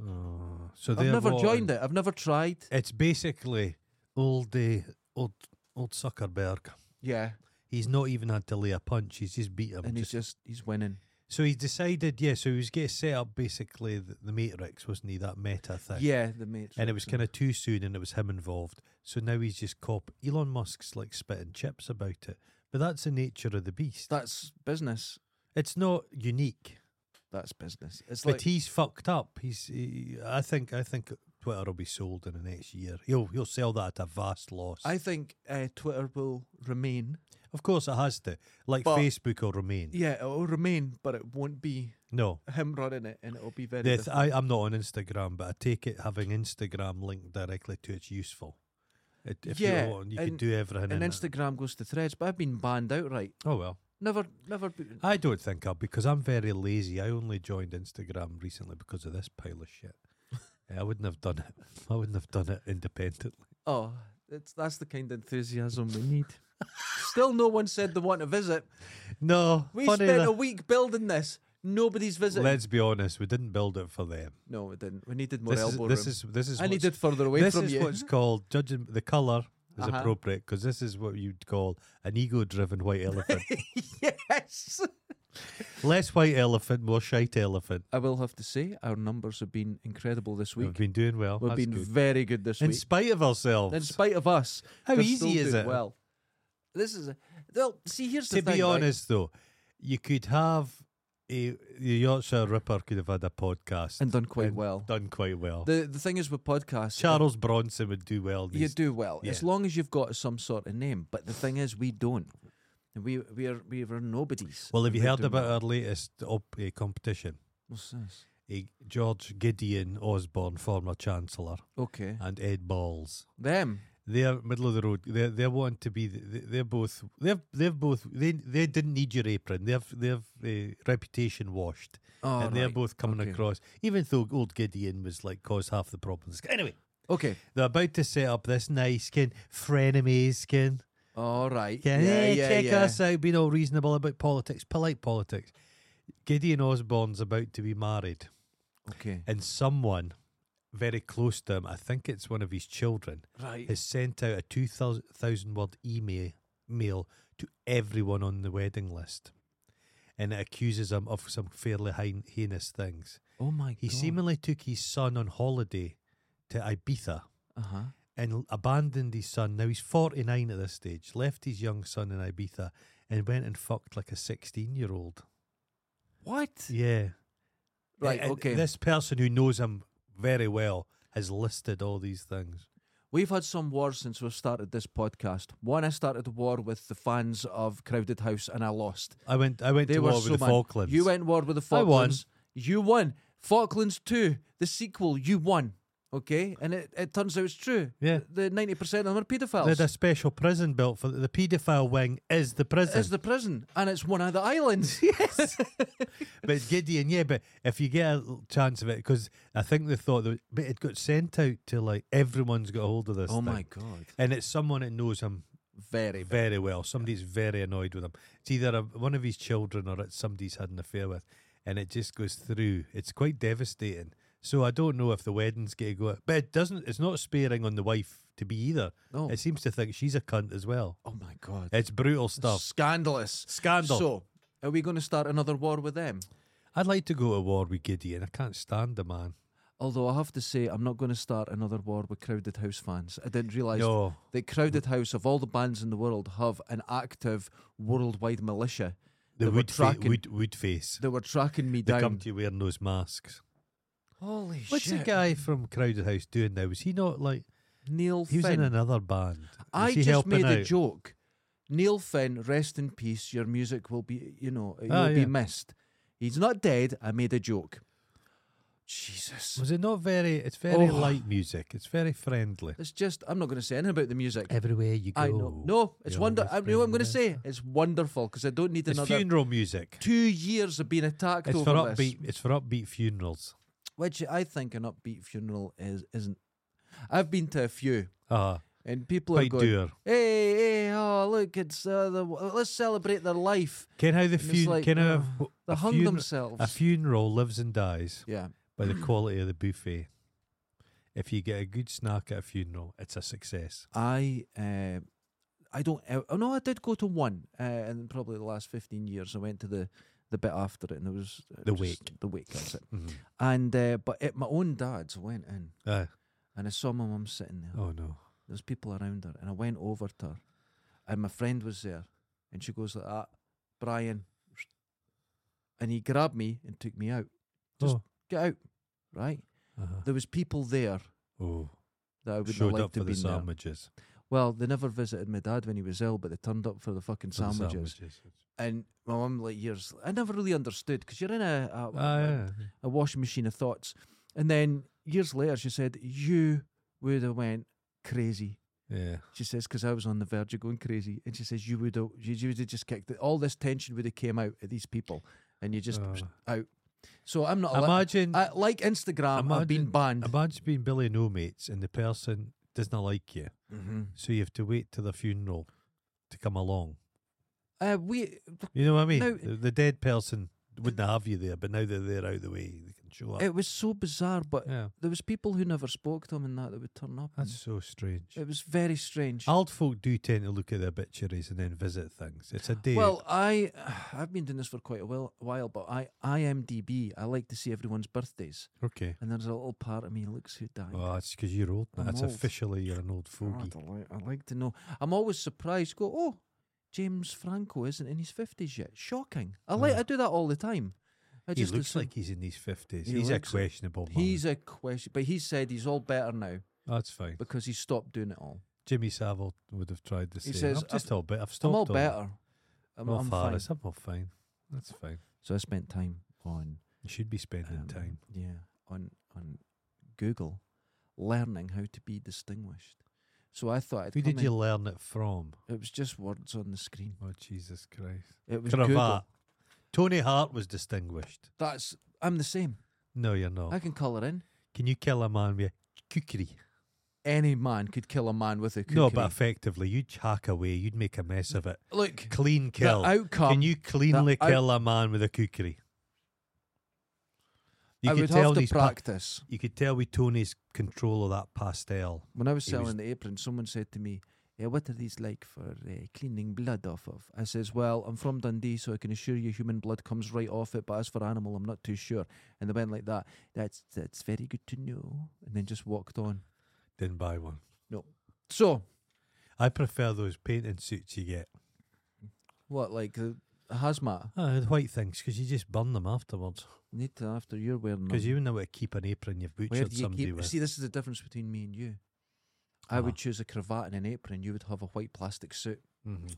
Speaker 2: Oh, so
Speaker 1: I've never joined it. I've never tried.
Speaker 2: It's basically old day, old old Zuckerberg.
Speaker 1: Yeah,
Speaker 2: He's not even had to lay a punch. He's just beat him.
Speaker 1: and he's
Speaker 2: just-
Speaker 1: just he's winning.
Speaker 2: so he decided, yeah. So he was getting set up basically the, the Matrix, wasn't he? That meta thing.
Speaker 1: Yeah, the mate.
Speaker 2: And it was kind of too soon, and it was him involved. So now he's just cop. Elon Musk's like spitting chips about it, but that's the nature of the beast.
Speaker 1: that's business.
Speaker 2: It's not unique,
Speaker 1: That's business. It's
Speaker 2: but
Speaker 1: like
Speaker 2: he's fucked up. He's. He, I think. I think Twitter will be sold in the next year. He'll he'll sell that at a vast loss.
Speaker 1: I think uh, Twitter will remain.
Speaker 2: Of course, it has to. Like
Speaker 1: But-
Speaker 2: Facebook will remain.
Speaker 1: Yeah, it will remain, but it won't be
Speaker 2: No,
Speaker 1: him running it, and it'll be very.
Speaker 2: the th-
Speaker 1: different.
Speaker 2: I, I'm not on Instagram, but I take it having Instagram linked directly to it's useful. It, if
Speaker 1: Yeah,
Speaker 2: you want, you can
Speaker 1: and-
Speaker 2: do everything. in
Speaker 1: and
Speaker 2: it.
Speaker 1: Instagram goes to Threads, but I've been banned outright.
Speaker 2: Oh well.
Speaker 1: Never, never. Be,
Speaker 2: I don't think I'll because I'm very lazy. I only joined Instagram recently because of this pile of shit. I wouldn't have done it. I wouldn't have done it independently.
Speaker 1: oh, it's that's the kind of enthusiasm we need. Still, no one said they want to visit.
Speaker 2: No,
Speaker 1: We
Speaker 2: funny
Speaker 1: spent
Speaker 2: enough-
Speaker 1: a week building this. Nobody's visiting.
Speaker 2: let's be honest. We didn't build it for them.
Speaker 1: no, we didn't. We needed more
Speaker 2: This is,
Speaker 1: elbow
Speaker 2: this
Speaker 1: room.
Speaker 2: is this is
Speaker 1: I
Speaker 2: what's-
Speaker 1: needed further away
Speaker 2: this
Speaker 1: from
Speaker 2: is
Speaker 1: you.
Speaker 2: what's called judging the color is
Speaker 1: Uh-huh.
Speaker 2: appropriate because this is what you'd call an ego-driven white elephant.
Speaker 1: yes.
Speaker 2: Less white elephant, more shite elephant.
Speaker 1: I will have to say, our numbers have been incredible this
Speaker 2: We've
Speaker 1: week.
Speaker 2: been doing well.
Speaker 1: We've
Speaker 2: That's
Speaker 1: been
Speaker 2: good.
Speaker 1: very good this
Speaker 2: in
Speaker 1: week.
Speaker 2: spite of ourselves.
Speaker 1: In spite of us,
Speaker 2: How
Speaker 1: they're
Speaker 2: easy
Speaker 1: still
Speaker 2: is
Speaker 1: doing
Speaker 2: it?
Speaker 1: Well, this is a, well. See, here's the
Speaker 2: to
Speaker 1: thing.
Speaker 2: be
Speaker 1: right?
Speaker 2: honest, though, you could have a the Yorkshire Ripper could have had a podcast
Speaker 1: and done quite
Speaker 2: and
Speaker 1: well.
Speaker 2: done quite well.
Speaker 1: The the thing is with podcasts,
Speaker 2: Charles Bronson would do well.
Speaker 1: you
Speaker 2: These,
Speaker 1: do well as
Speaker 2: yeah.
Speaker 1: long as you've got some sort of name. But the thing is, we don't. And we we are we were nobodies.
Speaker 2: well, have
Speaker 1: and
Speaker 2: you
Speaker 1: we're
Speaker 2: heard
Speaker 1: doing
Speaker 2: about
Speaker 1: well.
Speaker 2: our latest op, uh, competition?
Speaker 1: What's this?
Speaker 2: Uh, George Gideon Osborne, former Chancellor,
Speaker 1: Okay,
Speaker 2: and Ed Balls.
Speaker 1: them.
Speaker 2: They're middle of the road. They they want to be. They, they're both. They've they've both. They they didn't need your apron. They've they've uh, reputation washed,
Speaker 1: Oh,
Speaker 2: and they're
Speaker 1: right.
Speaker 2: both coming
Speaker 1: Okay.
Speaker 2: across. Even though old Gideon was like caused half the problems. Anyway,
Speaker 1: Okay,
Speaker 2: They're about to set up this nice skin, frenemies skin.
Speaker 1: all right.
Speaker 2: Yeah,
Speaker 1: yeah,
Speaker 2: hey,
Speaker 1: yeah,
Speaker 2: check
Speaker 1: yeah.
Speaker 2: us out, being all reasonable about politics, polite politics. Gideon Osborne's about to be married,
Speaker 1: Okay,
Speaker 2: and someone very close to him, I think it's one of his children,
Speaker 1: right.
Speaker 2: has sent out a 2,000 word email mail to everyone on the wedding list. And it accuses him of some fairly hein- heinous things.
Speaker 1: oh my
Speaker 2: He
Speaker 1: god.
Speaker 2: seemingly took his son on holiday to Ibiza
Speaker 1: Uh huh.
Speaker 2: and l- abandoned his son. Now he's 49 at this stage, left his young son in Ibiza and went and fucked like a 16 year old.
Speaker 1: What?
Speaker 2: Yeah.
Speaker 1: Right.
Speaker 2: And
Speaker 1: okay.
Speaker 2: This person who knows him very well has listed all these things.
Speaker 1: We've had some wars since we've started this podcast. One, I started a war with the fans of Crowded House and I lost.
Speaker 2: I went I went
Speaker 1: They
Speaker 2: to
Speaker 1: were
Speaker 2: war
Speaker 1: so
Speaker 2: with the
Speaker 1: mad.
Speaker 2: Falklands.
Speaker 1: You went war with the
Speaker 2: I won.
Speaker 1: Falklands. You won. Falklands 2, the sequel, you won. Okay? And it, it turns out it's true.
Speaker 2: Yeah.
Speaker 1: The 90% of them are
Speaker 2: They had a
Speaker 1: paedophiles.
Speaker 2: special prison built for the, the paedophile wing is the prison.
Speaker 1: It's the prison, and it's one of the islands. Yes.
Speaker 2: but Gideon, yeah, but if you get a l- chance of it, because I think they thought, that, but it got sent out to like everyone's got a hold of this.
Speaker 1: oh
Speaker 2: thing.
Speaker 1: my God.
Speaker 2: And it's someone that knows him
Speaker 1: Very. bad.
Speaker 2: very well. Somebody's very annoyed with him. It's either a, one of his children or it's somebody's had an affair with, and it just goes through. It's quite devastating. So I don't know if the wedding's going to go, out. but it doesn't. It's not sparing on the wife to be either.
Speaker 1: No.
Speaker 2: It seems to think she's a cunt as well.
Speaker 1: Oh my God.
Speaker 2: It's brutal stuff.
Speaker 1: Scandalous.
Speaker 2: Scandal.
Speaker 1: So, are we going to start another war with them?
Speaker 2: I'd like to go to war with Gideon. I can't stand the man.
Speaker 1: Although I have to say, I'm not going to start another war with Crowded House fans. I didn't realise
Speaker 2: No.
Speaker 1: that Crowded House, of all the bands in the world, have an active worldwide militia.
Speaker 2: The
Speaker 1: that
Speaker 2: wood,
Speaker 1: were
Speaker 2: fa-
Speaker 1: tracking,
Speaker 2: wood, wood face.
Speaker 1: They were tracking me
Speaker 2: They come
Speaker 1: down.
Speaker 2: to you wearing those masks.
Speaker 1: Holy
Speaker 2: What's
Speaker 1: shit!
Speaker 2: the guy from Crowded House doing now? Was he not like
Speaker 1: Neil
Speaker 2: he was
Speaker 1: Finn.
Speaker 2: in another band? Was
Speaker 1: I
Speaker 2: he
Speaker 1: just
Speaker 2: helping
Speaker 1: made a
Speaker 2: out?
Speaker 1: joke. Neil Finn, rest in peace. Your music will be, you know, you'll
Speaker 2: Ah, yeah.
Speaker 1: be missed. He's not dead. I made a joke. Jesus.
Speaker 2: Was it not very? It's very
Speaker 1: Oh.
Speaker 2: light music. It's very friendly.
Speaker 1: It's just, I'm not going to say anything about the music.
Speaker 2: Everywhere you go,
Speaker 1: I know. No, it's
Speaker 2: you're
Speaker 1: wonder.
Speaker 2: always
Speaker 1: I know what I'm going to
Speaker 2: friendly.
Speaker 1: say. It's wonderful because I don't need
Speaker 2: It's
Speaker 1: another
Speaker 2: funeral music.
Speaker 1: two years of being attacked
Speaker 2: It's for
Speaker 1: over this.
Speaker 2: upbeat. It's for upbeat funerals.
Speaker 1: which I think an upbeat funeral is isn't. I've been to a few,
Speaker 2: Ah,
Speaker 1: and people are
Speaker 2: Quite
Speaker 1: going,
Speaker 2: doer.
Speaker 1: "Hey, hey, oh look, it's uh, the let's celebrate their life."
Speaker 2: Ken how the
Speaker 1: it's
Speaker 2: fun-
Speaker 1: like,
Speaker 2: ken how
Speaker 1: oh, They
Speaker 2: a,
Speaker 1: hung
Speaker 2: fun-
Speaker 1: themselves.
Speaker 2: a funeral lives and dies
Speaker 1: yeah,
Speaker 2: by the quality of the buffet. If you get a good snack at a funeral, it's a success.
Speaker 1: I, uh, I don't. Uh, oh no, I did go to one, uh, and probably the last fifteen years, I went to the the bit after it, and there was it
Speaker 2: The
Speaker 1: was
Speaker 2: wake.
Speaker 1: the wake. That's it.
Speaker 2: Mhm.
Speaker 1: And uh, but at my own dad's, I went in
Speaker 2: Aye.
Speaker 1: and I saw my mum sitting there.
Speaker 2: oh no.
Speaker 1: There's people around her, and I went over to her, and my friend was there, and she goes like that, Brian, and he grabbed me and took me out. Just-
Speaker 2: oh.
Speaker 1: Get out, right?
Speaker 2: uh-huh.
Speaker 1: There was people there
Speaker 2: oh.
Speaker 1: that I would
Speaker 2: Showed
Speaker 1: not like
Speaker 2: up
Speaker 1: to
Speaker 2: for
Speaker 1: be
Speaker 2: the
Speaker 1: there.
Speaker 2: sandwiches.
Speaker 1: Well, they never visited my dad when he was ill, but they turned up for the fucking
Speaker 2: For the
Speaker 1: sandwiches. And my mum, like years, I never really understood because you're in a a,
Speaker 2: Ah,
Speaker 1: a-
Speaker 2: yeah.
Speaker 1: a washing machine of thoughts. And then years later, she said, "You would have went crazy."
Speaker 2: Yeah.
Speaker 1: She says, because I was on the verge of going crazy. And she says, you would have, you, you would have just kicked it. All this tension would have came out at these people. And you just,
Speaker 2: Oh.
Speaker 1: out. So I'm not, allowed.
Speaker 2: Imagine
Speaker 1: Oh, I, like Instagram, I've been
Speaker 2: imagine-
Speaker 1: banned.
Speaker 2: imagine being Billy No mates and the person doesn't like you.
Speaker 1: hmm
Speaker 2: So you have to wait till the funeral to come along.
Speaker 1: uh, we,
Speaker 2: You know what I mean?
Speaker 1: Now-
Speaker 2: the, the dead person wouldn't have you there, but now they're there out of the way, they can show up.
Speaker 1: it was so bizarre, but
Speaker 2: yeah,
Speaker 1: there was people who never spoke to him and that that would turn up. and
Speaker 2: that's so strange.
Speaker 1: it was very strange.
Speaker 2: Old folk do tend to look at the obituaries and then visit things. It's a day.
Speaker 1: well, I, I've been doing this for quite a while, while but I, IMDb, I like to see everyone's birthdays.
Speaker 2: okay.
Speaker 1: And there's a little part of me, looks who died.
Speaker 2: Oh, that's because you're old. now.
Speaker 1: I'm
Speaker 2: That's
Speaker 1: old.
Speaker 2: officially you're an old fogey.
Speaker 1: God, I, like, Oh, I like to know. I'm always surprised. Go, oh, James Franco isn't in his fifties yet. Shocking. I like.
Speaker 2: Yeah.
Speaker 1: I do that all the time. I
Speaker 2: He
Speaker 1: just
Speaker 2: looks
Speaker 1: assume-
Speaker 2: like he's in his fifties.
Speaker 1: He
Speaker 2: He's a
Speaker 1: looks-
Speaker 2: questionable man.
Speaker 1: he's a question, but he said he's all better now
Speaker 2: that's fine.
Speaker 1: because he stopped doing it all.
Speaker 2: Jimmy Savile would have tried to say,
Speaker 1: He says,
Speaker 2: "I'm just
Speaker 1: "I've-
Speaker 2: all better. I've stopped
Speaker 1: I'm all
Speaker 2: it."
Speaker 1: better. I'm,
Speaker 2: Well,
Speaker 1: I'm fine.
Speaker 2: Faris, I'm all fine. That's fine.
Speaker 1: So I spent time on
Speaker 2: You should be spending
Speaker 1: um,
Speaker 2: time.
Speaker 1: Yeah, on on Google, learning how to be distinguished. So I thought. I'd
Speaker 2: Who
Speaker 1: come
Speaker 2: did you
Speaker 1: in-
Speaker 2: learn it from?
Speaker 1: It was just words on the screen.
Speaker 2: Oh Jesus Christ!
Speaker 1: It was
Speaker 2: Cravat.
Speaker 1: Google.
Speaker 2: Tony Hart was distinguished.
Speaker 1: That's. I'm the same.
Speaker 2: No, you're not.
Speaker 1: I can colour in.
Speaker 2: Can you kill a man with a kukri?
Speaker 1: any man could kill a man with a kukri.
Speaker 2: No, but effectively, you'd hack away. You'd make a mess of it.
Speaker 1: look,
Speaker 2: Clean kill.
Speaker 1: the outcome.
Speaker 2: Can you cleanly
Speaker 1: out-
Speaker 2: kill a man with a kukri? You
Speaker 1: I
Speaker 2: could
Speaker 1: would
Speaker 2: tell
Speaker 1: have to
Speaker 2: these pa-
Speaker 1: practice.
Speaker 2: you could tell with Tony's control of that pastel.
Speaker 1: when I was
Speaker 2: he was-
Speaker 1: selling the apron, someone said to me, "Yeah, what are these like for uh, cleaning blood off of?" I says, "Well, I'm from Dundee, so I can assure you, human blood comes right off it. But as for animal, I'm not too sure." And they went like that. That's that's very good to know. And then just walked on.
Speaker 2: Didn't buy one.
Speaker 1: So
Speaker 2: I prefer those painting suits you get.
Speaker 1: what, like the hazmat?
Speaker 2: Ah, the white things, because you just burn them afterwards.
Speaker 1: Need to after you're wearing them.
Speaker 2: Because Mm-hmm. you know how to keep an apron you've
Speaker 1: Where
Speaker 2: butchered
Speaker 1: do you
Speaker 2: somebody
Speaker 1: keep?
Speaker 2: with.
Speaker 1: See, this is the difference between me and you. I
Speaker 2: Ah.
Speaker 1: would choose a cravat and an apron. You would have a white plastic suit.
Speaker 2: mm-hmm.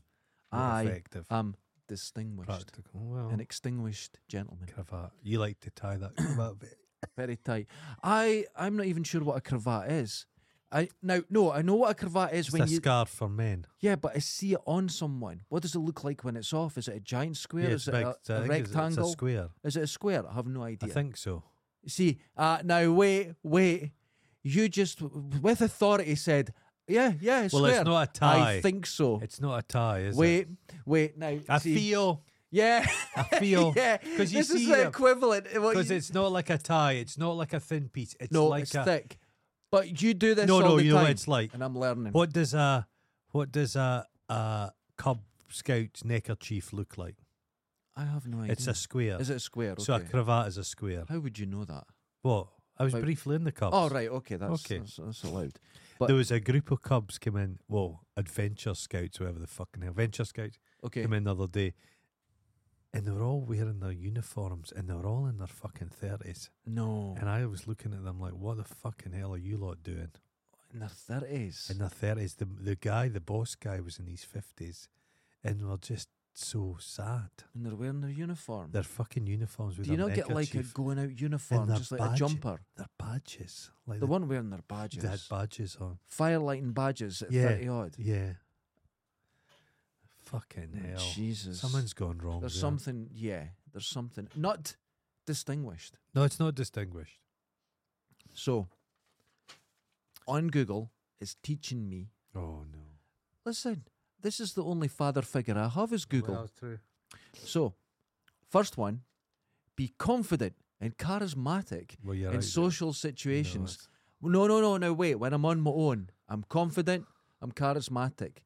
Speaker 1: Ah, I
Speaker 2: effective,
Speaker 1: am distinguished,
Speaker 2: practical. Well,
Speaker 1: an extinguished gentleman.
Speaker 2: cravat. You like to tie that cravat. bit.
Speaker 1: Very tight. I I'm not even sure what a cravat is. I now no, I know what a cravat is
Speaker 2: It's
Speaker 1: when
Speaker 2: a
Speaker 1: you
Speaker 2: scarf for men.
Speaker 1: yeah, but I see it on someone. What does it look like when it's off? Is it a giant
Speaker 2: yeah,
Speaker 1: square?
Speaker 2: it's
Speaker 1: is it
Speaker 2: big-
Speaker 1: a,
Speaker 2: I
Speaker 1: a
Speaker 2: think it's- It's,
Speaker 1: rectangle?
Speaker 2: a square.
Speaker 1: Is it a square? I have no idea.
Speaker 2: I think so.
Speaker 1: See, uh, now wait, wait. You just w- with authority said, yeah, yeah, it's
Speaker 2: Well,
Speaker 1: square.
Speaker 2: it's not a
Speaker 1: I
Speaker 2: tie.
Speaker 1: think so.
Speaker 2: It's not a tie, is it?
Speaker 1: wait, wait. Now
Speaker 2: I
Speaker 1: see-
Speaker 2: feel
Speaker 1: Yeah,
Speaker 2: I feel-
Speaker 1: yeah,
Speaker 2: 'cause you
Speaker 1: this is
Speaker 2: see
Speaker 1: the
Speaker 2: a-
Speaker 1: equivalent. of what
Speaker 2: because
Speaker 1: you-
Speaker 2: it's not like a tie. It's not like a thin piece. It's
Speaker 1: no,
Speaker 2: like
Speaker 1: it's
Speaker 2: a.
Speaker 1: thick. But you do this
Speaker 2: No,
Speaker 1: all
Speaker 2: no,
Speaker 1: the
Speaker 2: you know
Speaker 1: time,
Speaker 2: what it's like.
Speaker 1: and I'm learning.
Speaker 2: What does a what does a, a Cub Scout neckerchief look like?
Speaker 1: I have no idea.
Speaker 2: It's a square.
Speaker 1: Mm-hmm. Is it a square?
Speaker 2: So a
Speaker 1: Okay.
Speaker 2: cravat is a square.
Speaker 1: How would you know that?
Speaker 2: What? I was
Speaker 1: Like-
Speaker 2: briefly in the Cubs.
Speaker 1: Oh, right. Okay, that's
Speaker 2: Okay.
Speaker 1: That's, that's allowed. But-
Speaker 2: there was a group of Cubs came in. Well, Adventure Scouts, whatever the fucking hell, Adventure Scouts
Speaker 1: Okay.
Speaker 2: came in the other day, and they were all wearing their uniforms, and they were all in their fucking thirties.
Speaker 1: No,
Speaker 2: And I was looking at them like, "What the fucking hell are you lot doing?"
Speaker 1: in their thirties.
Speaker 2: In their thirties, the the guy, the boss guy, was in his fifties, and were just so sad.
Speaker 1: And they're wearing their uniform.
Speaker 2: Their fucking uniforms with
Speaker 1: do you
Speaker 2: their
Speaker 1: not get like a
Speaker 2: neckerchief,
Speaker 1: going out uniform,
Speaker 2: their
Speaker 1: just like a
Speaker 2: badge.
Speaker 1: jumper?
Speaker 2: their badges, like
Speaker 1: They
Speaker 2: the,
Speaker 1: weren't wearing their badges.
Speaker 2: they had badges on.
Speaker 1: Firelighting badges at
Speaker 2: Yeah.
Speaker 1: thirty odd.
Speaker 2: Yeah. Fucking
Speaker 1: Oh,
Speaker 2: hell.
Speaker 1: Jesus.
Speaker 2: Something's gone wrong.
Speaker 1: there's
Speaker 2: there.
Speaker 1: something. Yeah, there's something not distinguished.
Speaker 2: No, it's not distinguished.
Speaker 1: So on Google, it's teaching me
Speaker 2: Oh no.
Speaker 1: Listen, this is the only father figure I have is Google.
Speaker 2: Well, true.
Speaker 1: So, first one, be confident and charismatic
Speaker 2: Well, you're
Speaker 1: in
Speaker 2: right.
Speaker 1: social situations. No, no, no, no, wait. When I'm on my own, I'm confident, I'm charismatic.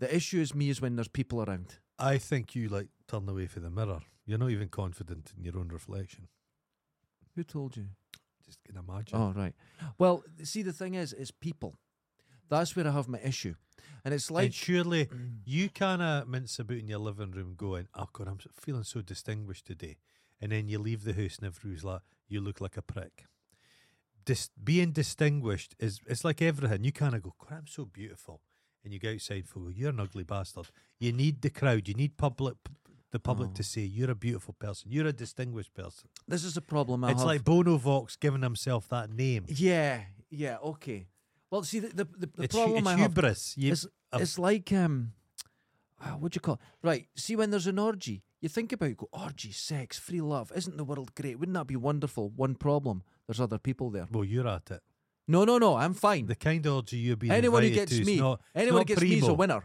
Speaker 1: The issue is me is when there's people around.
Speaker 2: I think you like turn away from the mirror. You're not even confident in your own reflection.
Speaker 1: Who told you?
Speaker 2: Just can imagine.
Speaker 1: Oh, right. Well, see, the thing is, it's people. That's where I have my issue. And it's like,
Speaker 2: and surely you kind of mince about in your living room going, oh God, I'm s- feeling so distinguished today. And then you leave the house and everyone's like, you look like a prick. Dis- being distinguished is it's like everything. You kind of go, God, I'm so beautiful. And you go outside for, you're an ugly bastard. You need the crowd. You need public, the public
Speaker 1: Oh.
Speaker 2: to say, you're a beautiful person. You're a distinguished person.
Speaker 1: this is a problem I
Speaker 2: it's
Speaker 1: have.
Speaker 2: like Bono Vox giving himself that name.
Speaker 1: yeah, yeah, okay. Well, see, the, the, the, the
Speaker 2: it's hu-
Speaker 1: problem
Speaker 2: it's
Speaker 1: I have
Speaker 2: hubris. You-
Speaker 1: it's,
Speaker 2: I've-
Speaker 1: it's like um, ah, what do you call it? Right. See, when there's an orgy, you think about it, go orgy, sex, free love. Isn't the world great? Wouldn't that be wonderful? One problem: there's other people there.
Speaker 2: well, you're at it.
Speaker 1: No, no, no. I'm fine.
Speaker 2: The kind of orgy you'll be
Speaker 1: anyone who
Speaker 2: invited
Speaker 1: gets
Speaker 2: to, it's
Speaker 1: me,
Speaker 2: not, it's
Speaker 1: anyone who
Speaker 2: not
Speaker 1: gets me is a
Speaker 2: primo.
Speaker 1: winner.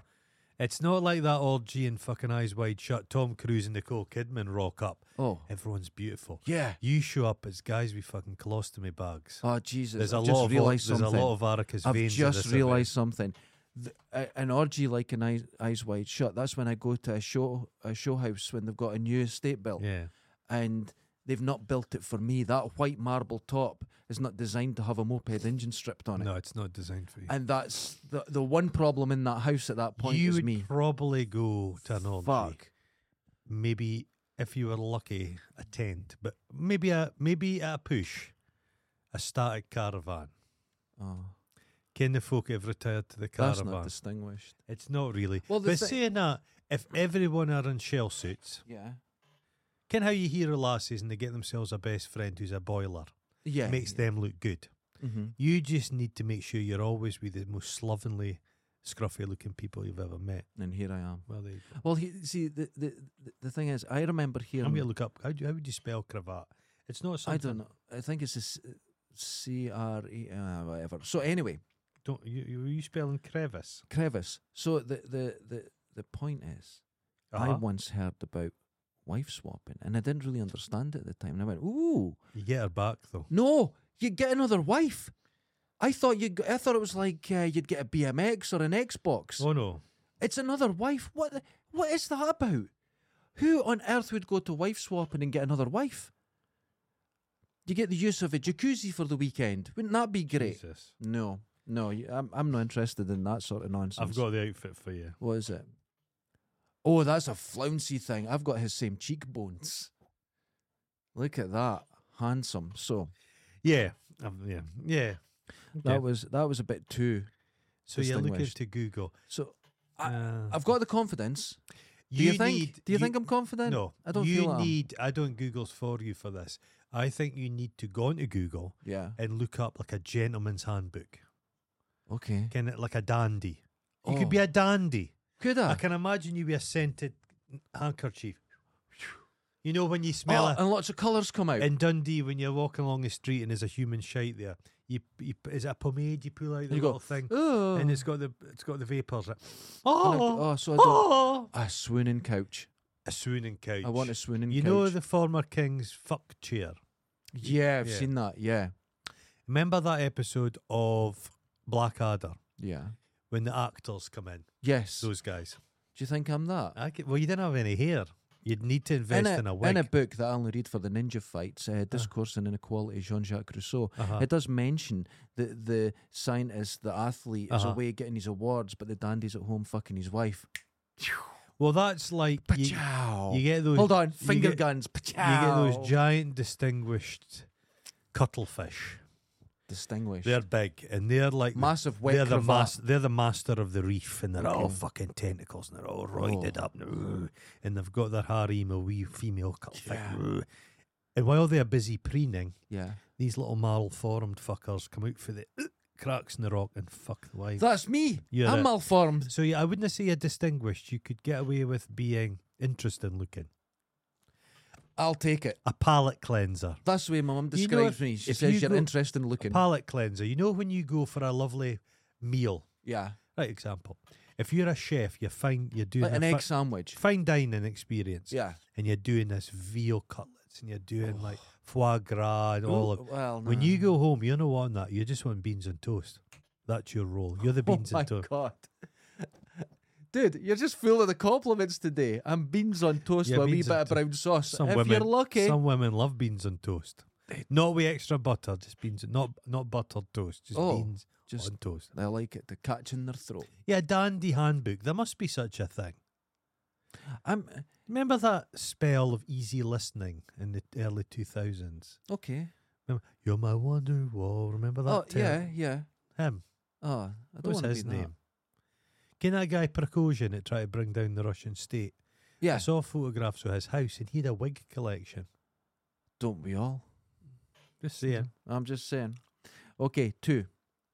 Speaker 2: It's not like that orgy and fucking eyes wide shut. Tom Cruise and Nicole Kidman rock up.
Speaker 1: Oh,
Speaker 2: Everyone's beautiful.
Speaker 1: yeah.
Speaker 2: You show up as guys with fucking colostomy bags.
Speaker 1: Oh Jesus!
Speaker 2: there's a lot
Speaker 1: I've just
Speaker 2: of
Speaker 1: realised
Speaker 2: there's
Speaker 1: something.
Speaker 2: a lot of varicose
Speaker 1: I've
Speaker 2: veins. at this
Speaker 1: just
Speaker 2: event.
Speaker 1: realised something. Th- a- an orgy like an eyes, eyes wide shut. That's when I go to a show a show house when they've got a new estate built.
Speaker 2: Yeah.
Speaker 1: and they've not built it for me. That white marble top is not designed to have a moped engine stripped on it.
Speaker 2: No, it's not designed for you.
Speaker 1: And that's the the one problem in that house at that point
Speaker 2: you
Speaker 1: is
Speaker 2: would
Speaker 1: me.
Speaker 2: probably go to an orgy.
Speaker 1: Fuck.
Speaker 2: Maybe if you were lucky, a tent, but maybe a maybe a push, a static caravan.
Speaker 1: Oh,
Speaker 2: Can the folk have retired to the
Speaker 1: that's
Speaker 2: caravan?
Speaker 1: not distinguished.
Speaker 2: It's not really.
Speaker 1: Well, the
Speaker 2: but
Speaker 1: thi-
Speaker 2: saying that, if everyone are in shell suits,
Speaker 1: Yeah.
Speaker 2: can how you hear of lasses and they get themselves a best friend who's a boiler,
Speaker 1: Yeah.
Speaker 2: makes them look good.
Speaker 1: hmm
Speaker 2: You just need to make sure you're always with the most slovenly, scruffy looking people you've ever met.
Speaker 1: And here I am.
Speaker 2: Well, there you go.
Speaker 1: Well, he, see, the, the the- the thing is, I remember
Speaker 2: I'm going to
Speaker 1: hearing.
Speaker 2: look up how, do, how would you spell cravat? It's not
Speaker 1: Um, I
Speaker 2: something.
Speaker 1: don't know. I think it's a s- C R E uh, whatever. So anyway,
Speaker 2: don't you, you, were you spelling crevice?
Speaker 1: crevice. So the the the, the point is, I
Speaker 2: Uh-huh.
Speaker 1: once heard about wife swapping, and I didn't really understand it at the time. And I went, "Ooh,
Speaker 2: You get her back though.
Speaker 1: no, you get another wife." I thought you. I thought it was like uh, you'd get a BMX or an Xbox.
Speaker 2: Oh no.
Speaker 1: It's another wife. What? the- What is that about? Who on earth would go to wife swapping and get another wife? You get the use of a jacuzzi for the weekend. Wouldn't that be great?
Speaker 2: Jesus.
Speaker 1: No, no, you- I'm, I'm not interested in that sort of nonsense.
Speaker 2: I've got the outfit for you.
Speaker 1: What is it? Oh, that's a flouncy thing. I've got his same cheekbones. Look at that. Handsome. So
Speaker 2: Yeah. Um, yeah. Yeah. Okay.
Speaker 1: that was that was a bit too
Speaker 2: So you're looking
Speaker 1: distinguished.
Speaker 2: to Google.
Speaker 1: so I-
Speaker 2: Uh,
Speaker 1: I've got the confidence. Do you, think
Speaker 2: need-
Speaker 1: do you, think I'm confident?
Speaker 2: no,
Speaker 1: I don't
Speaker 2: you
Speaker 1: feel that.
Speaker 2: need. I don't Google's for you for this. I think you need to go onto Google
Speaker 1: Yeah.
Speaker 2: and look up like a gentleman's handbook,
Speaker 1: Okay.
Speaker 2: can it like a dandy. You
Speaker 1: Oh.
Speaker 2: could be a dandy.
Speaker 1: Could I?
Speaker 2: I can imagine you be a scented handkerchief. You know when you smell
Speaker 1: Oh,
Speaker 2: it
Speaker 1: and lots of colours come out.
Speaker 2: in Dundee when you're walking along the street and there's a human shite there. You, you is it a pomade you pull out the
Speaker 1: you
Speaker 2: little
Speaker 1: go,
Speaker 2: thing
Speaker 1: oh.
Speaker 2: and it's got the it's got the vapors. Like,
Speaker 1: And I-
Speaker 2: oh,
Speaker 1: oh, so I don't
Speaker 2: oh,
Speaker 1: a swooning couch.
Speaker 2: a swooning couch.
Speaker 1: I want a swooning
Speaker 2: You
Speaker 1: couch.
Speaker 2: know the former king's fuck chair.
Speaker 1: yeah, I've
Speaker 2: yeah.
Speaker 1: seen that. Yeah.
Speaker 2: Remember that episode of Blackadder
Speaker 1: Yeah.
Speaker 2: when the actors come in?
Speaker 1: Yes.
Speaker 2: Those guys.
Speaker 1: do you think I'm that?
Speaker 2: I could, well, you didn't have any hair. You'd need to invest
Speaker 1: in
Speaker 2: in
Speaker 1: a,
Speaker 2: a, wig.
Speaker 1: in a book that I only read for the ninja fights, uh, Discourse on Inequality, Jean Jacques Rousseau,
Speaker 2: Uh-huh.
Speaker 1: it does mention that the scientist, the athlete, is
Speaker 2: Uh-huh.
Speaker 1: away getting his awards, but the dandy's at home fucking his wife.
Speaker 2: well, that's like you,
Speaker 1: Pachow.
Speaker 2: you get those.
Speaker 1: Hold on,
Speaker 2: you
Speaker 1: finger
Speaker 2: get-
Speaker 1: guns.
Speaker 2: You get
Speaker 1: Pachow.
Speaker 2: those giant, distinguished cuttlefish.
Speaker 1: Distinguished.
Speaker 2: They're big, and they're like the-
Speaker 1: Massive wet
Speaker 2: They're the
Speaker 1: cravat. Oh.
Speaker 2: mas- They're the master of the reef, and they're all
Speaker 1: Okay.
Speaker 2: fucking tentacles, and they're
Speaker 1: Oh.
Speaker 2: all roided up, and, and they've got their harem of wee female cuttlefish. And while they're busy preening,
Speaker 1: yeah.
Speaker 2: these little malformed fuckers come out for the cracks in the rock and fuck the wife.
Speaker 1: That's me.
Speaker 2: You're
Speaker 1: I'm
Speaker 2: a-
Speaker 1: malformed.
Speaker 2: so yeah, I wouldn't say you're distinguished. You could get away with being interesting looking.
Speaker 1: I'll take it.
Speaker 2: A palate cleanser.
Speaker 1: That's the way my mum
Speaker 2: You know,
Speaker 1: describes
Speaker 2: if-
Speaker 1: me. She
Speaker 2: if
Speaker 1: says
Speaker 2: you
Speaker 1: you are
Speaker 2: go-
Speaker 1: interesting looking.
Speaker 2: Palate cleanser. You know when you go for a lovely meal
Speaker 1: yeah.
Speaker 2: Right example. If you're a chef, you find you're doing
Speaker 1: Like
Speaker 2: a
Speaker 1: an
Speaker 2: fi-
Speaker 1: egg sandwich.
Speaker 2: fine dining experience,
Speaker 1: Yeah.
Speaker 2: and you're doing this veal cutlets, and you're doing
Speaker 1: Oh.
Speaker 2: like foie gras and all of.
Speaker 1: Well,
Speaker 2: When
Speaker 1: no.
Speaker 2: you go home, you don't want that. You just want beans and toast. That's your role. You're the beans
Speaker 1: oh my
Speaker 2: and toast.
Speaker 1: god. Dude, you're just full of the compliments today. And beans on toast
Speaker 2: Yeah,
Speaker 1: with a wee
Speaker 2: beans
Speaker 1: bit
Speaker 2: on
Speaker 1: of
Speaker 2: toast.
Speaker 1: brown sauce. if you're lucky,
Speaker 2: some women love beans and toast. Not with extra butter, just beans, not not buttered toast, just
Speaker 1: Oh,
Speaker 2: beans
Speaker 1: just-
Speaker 2: on toast.
Speaker 1: they like it to catch in their throat.
Speaker 2: Yeah, dandy handbook. There must be such a thing.
Speaker 1: I'm
Speaker 2: Remember that spell of easy listening in the early two thousands.
Speaker 1: okay.
Speaker 2: Remember, you're my wonder wall. Remember that?
Speaker 1: Oh
Speaker 2: term?
Speaker 1: yeah, yeah.
Speaker 2: him.
Speaker 1: Oh, I don't
Speaker 2: What's
Speaker 1: want to be
Speaker 2: his
Speaker 1: that.
Speaker 2: name? Can that guy Prokoshin that tried to bring down the Russian state? I
Speaker 1: Yeah,
Speaker 2: saw photographs of his house, and he had a wig collection.
Speaker 1: don't we all?
Speaker 2: Just saying.
Speaker 1: Mm-hmm. I'm just saying. Okay, two.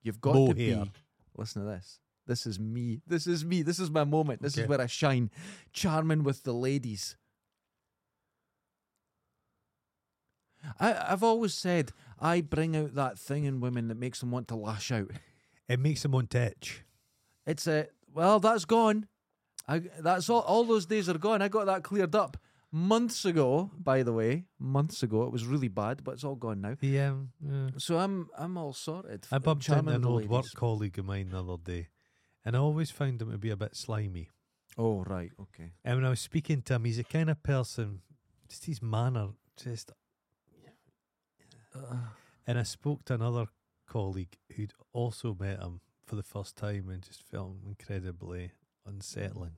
Speaker 1: You've got
Speaker 2: Mo
Speaker 1: to
Speaker 2: hair.
Speaker 1: be. Listen to this. This is me. This is me. This is my moment. This
Speaker 2: Okay.
Speaker 1: is where I shine. Charming with the ladies. I, I've always said I bring out that thing in women that makes them want to lash out.
Speaker 2: It makes him on touch.
Speaker 1: It's a well, that's gone. I that's all. All those days are gone. I got that cleared up months ago. By the way, months ago it was really bad, but it's all gone now.
Speaker 2: He um. yeah.
Speaker 1: So I'm I'm all sorted.
Speaker 2: I
Speaker 1: I'm
Speaker 2: bumped into
Speaker 1: charming
Speaker 2: an
Speaker 1: the
Speaker 2: old
Speaker 1: ladies.
Speaker 2: work colleague of mine the other day, and I always found him to be a bit slimy.
Speaker 1: Oh right, okay.
Speaker 2: And when I was speaking to him, he's the kind of person, just his manner, just.
Speaker 1: Uh,
Speaker 2: And I spoke to another colleague who'd also met him for the first time and just felt incredibly unsettling.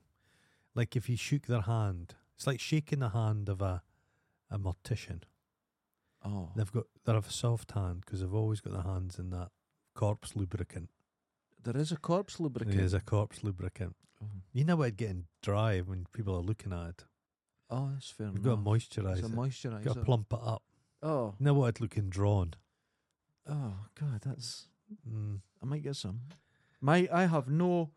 Speaker 2: Like if he shook their hand, it's like shaking the hand of a, a mortician.
Speaker 1: Oh,
Speaker 2: They've got they have a soft hand because they've always got their hands in that corpse lubricant.
Speaker 1: there is a corpse lubricant.
Speaker 2: There's a corpse lubricant.
Speaker 1: Mhm.
Speaker 2: You know it getting dry when people are looking at it.
Speaker 1: Oh, that's fair
Speaker 2: You've got
Speaker 1: enough.
Speaker 2: to moisturise
Speaker 1: It's a
Speaker 2: it.
Speaker 1: moisturizer.
Speaker 2: You've got to plump it up.
Speaker 1: oh,
Speaker 2: You know what it's looking drawn.
Speaker 1: oh God, that's.
Speaker 2: Mm.
Speaker 1: I might get some. My I have no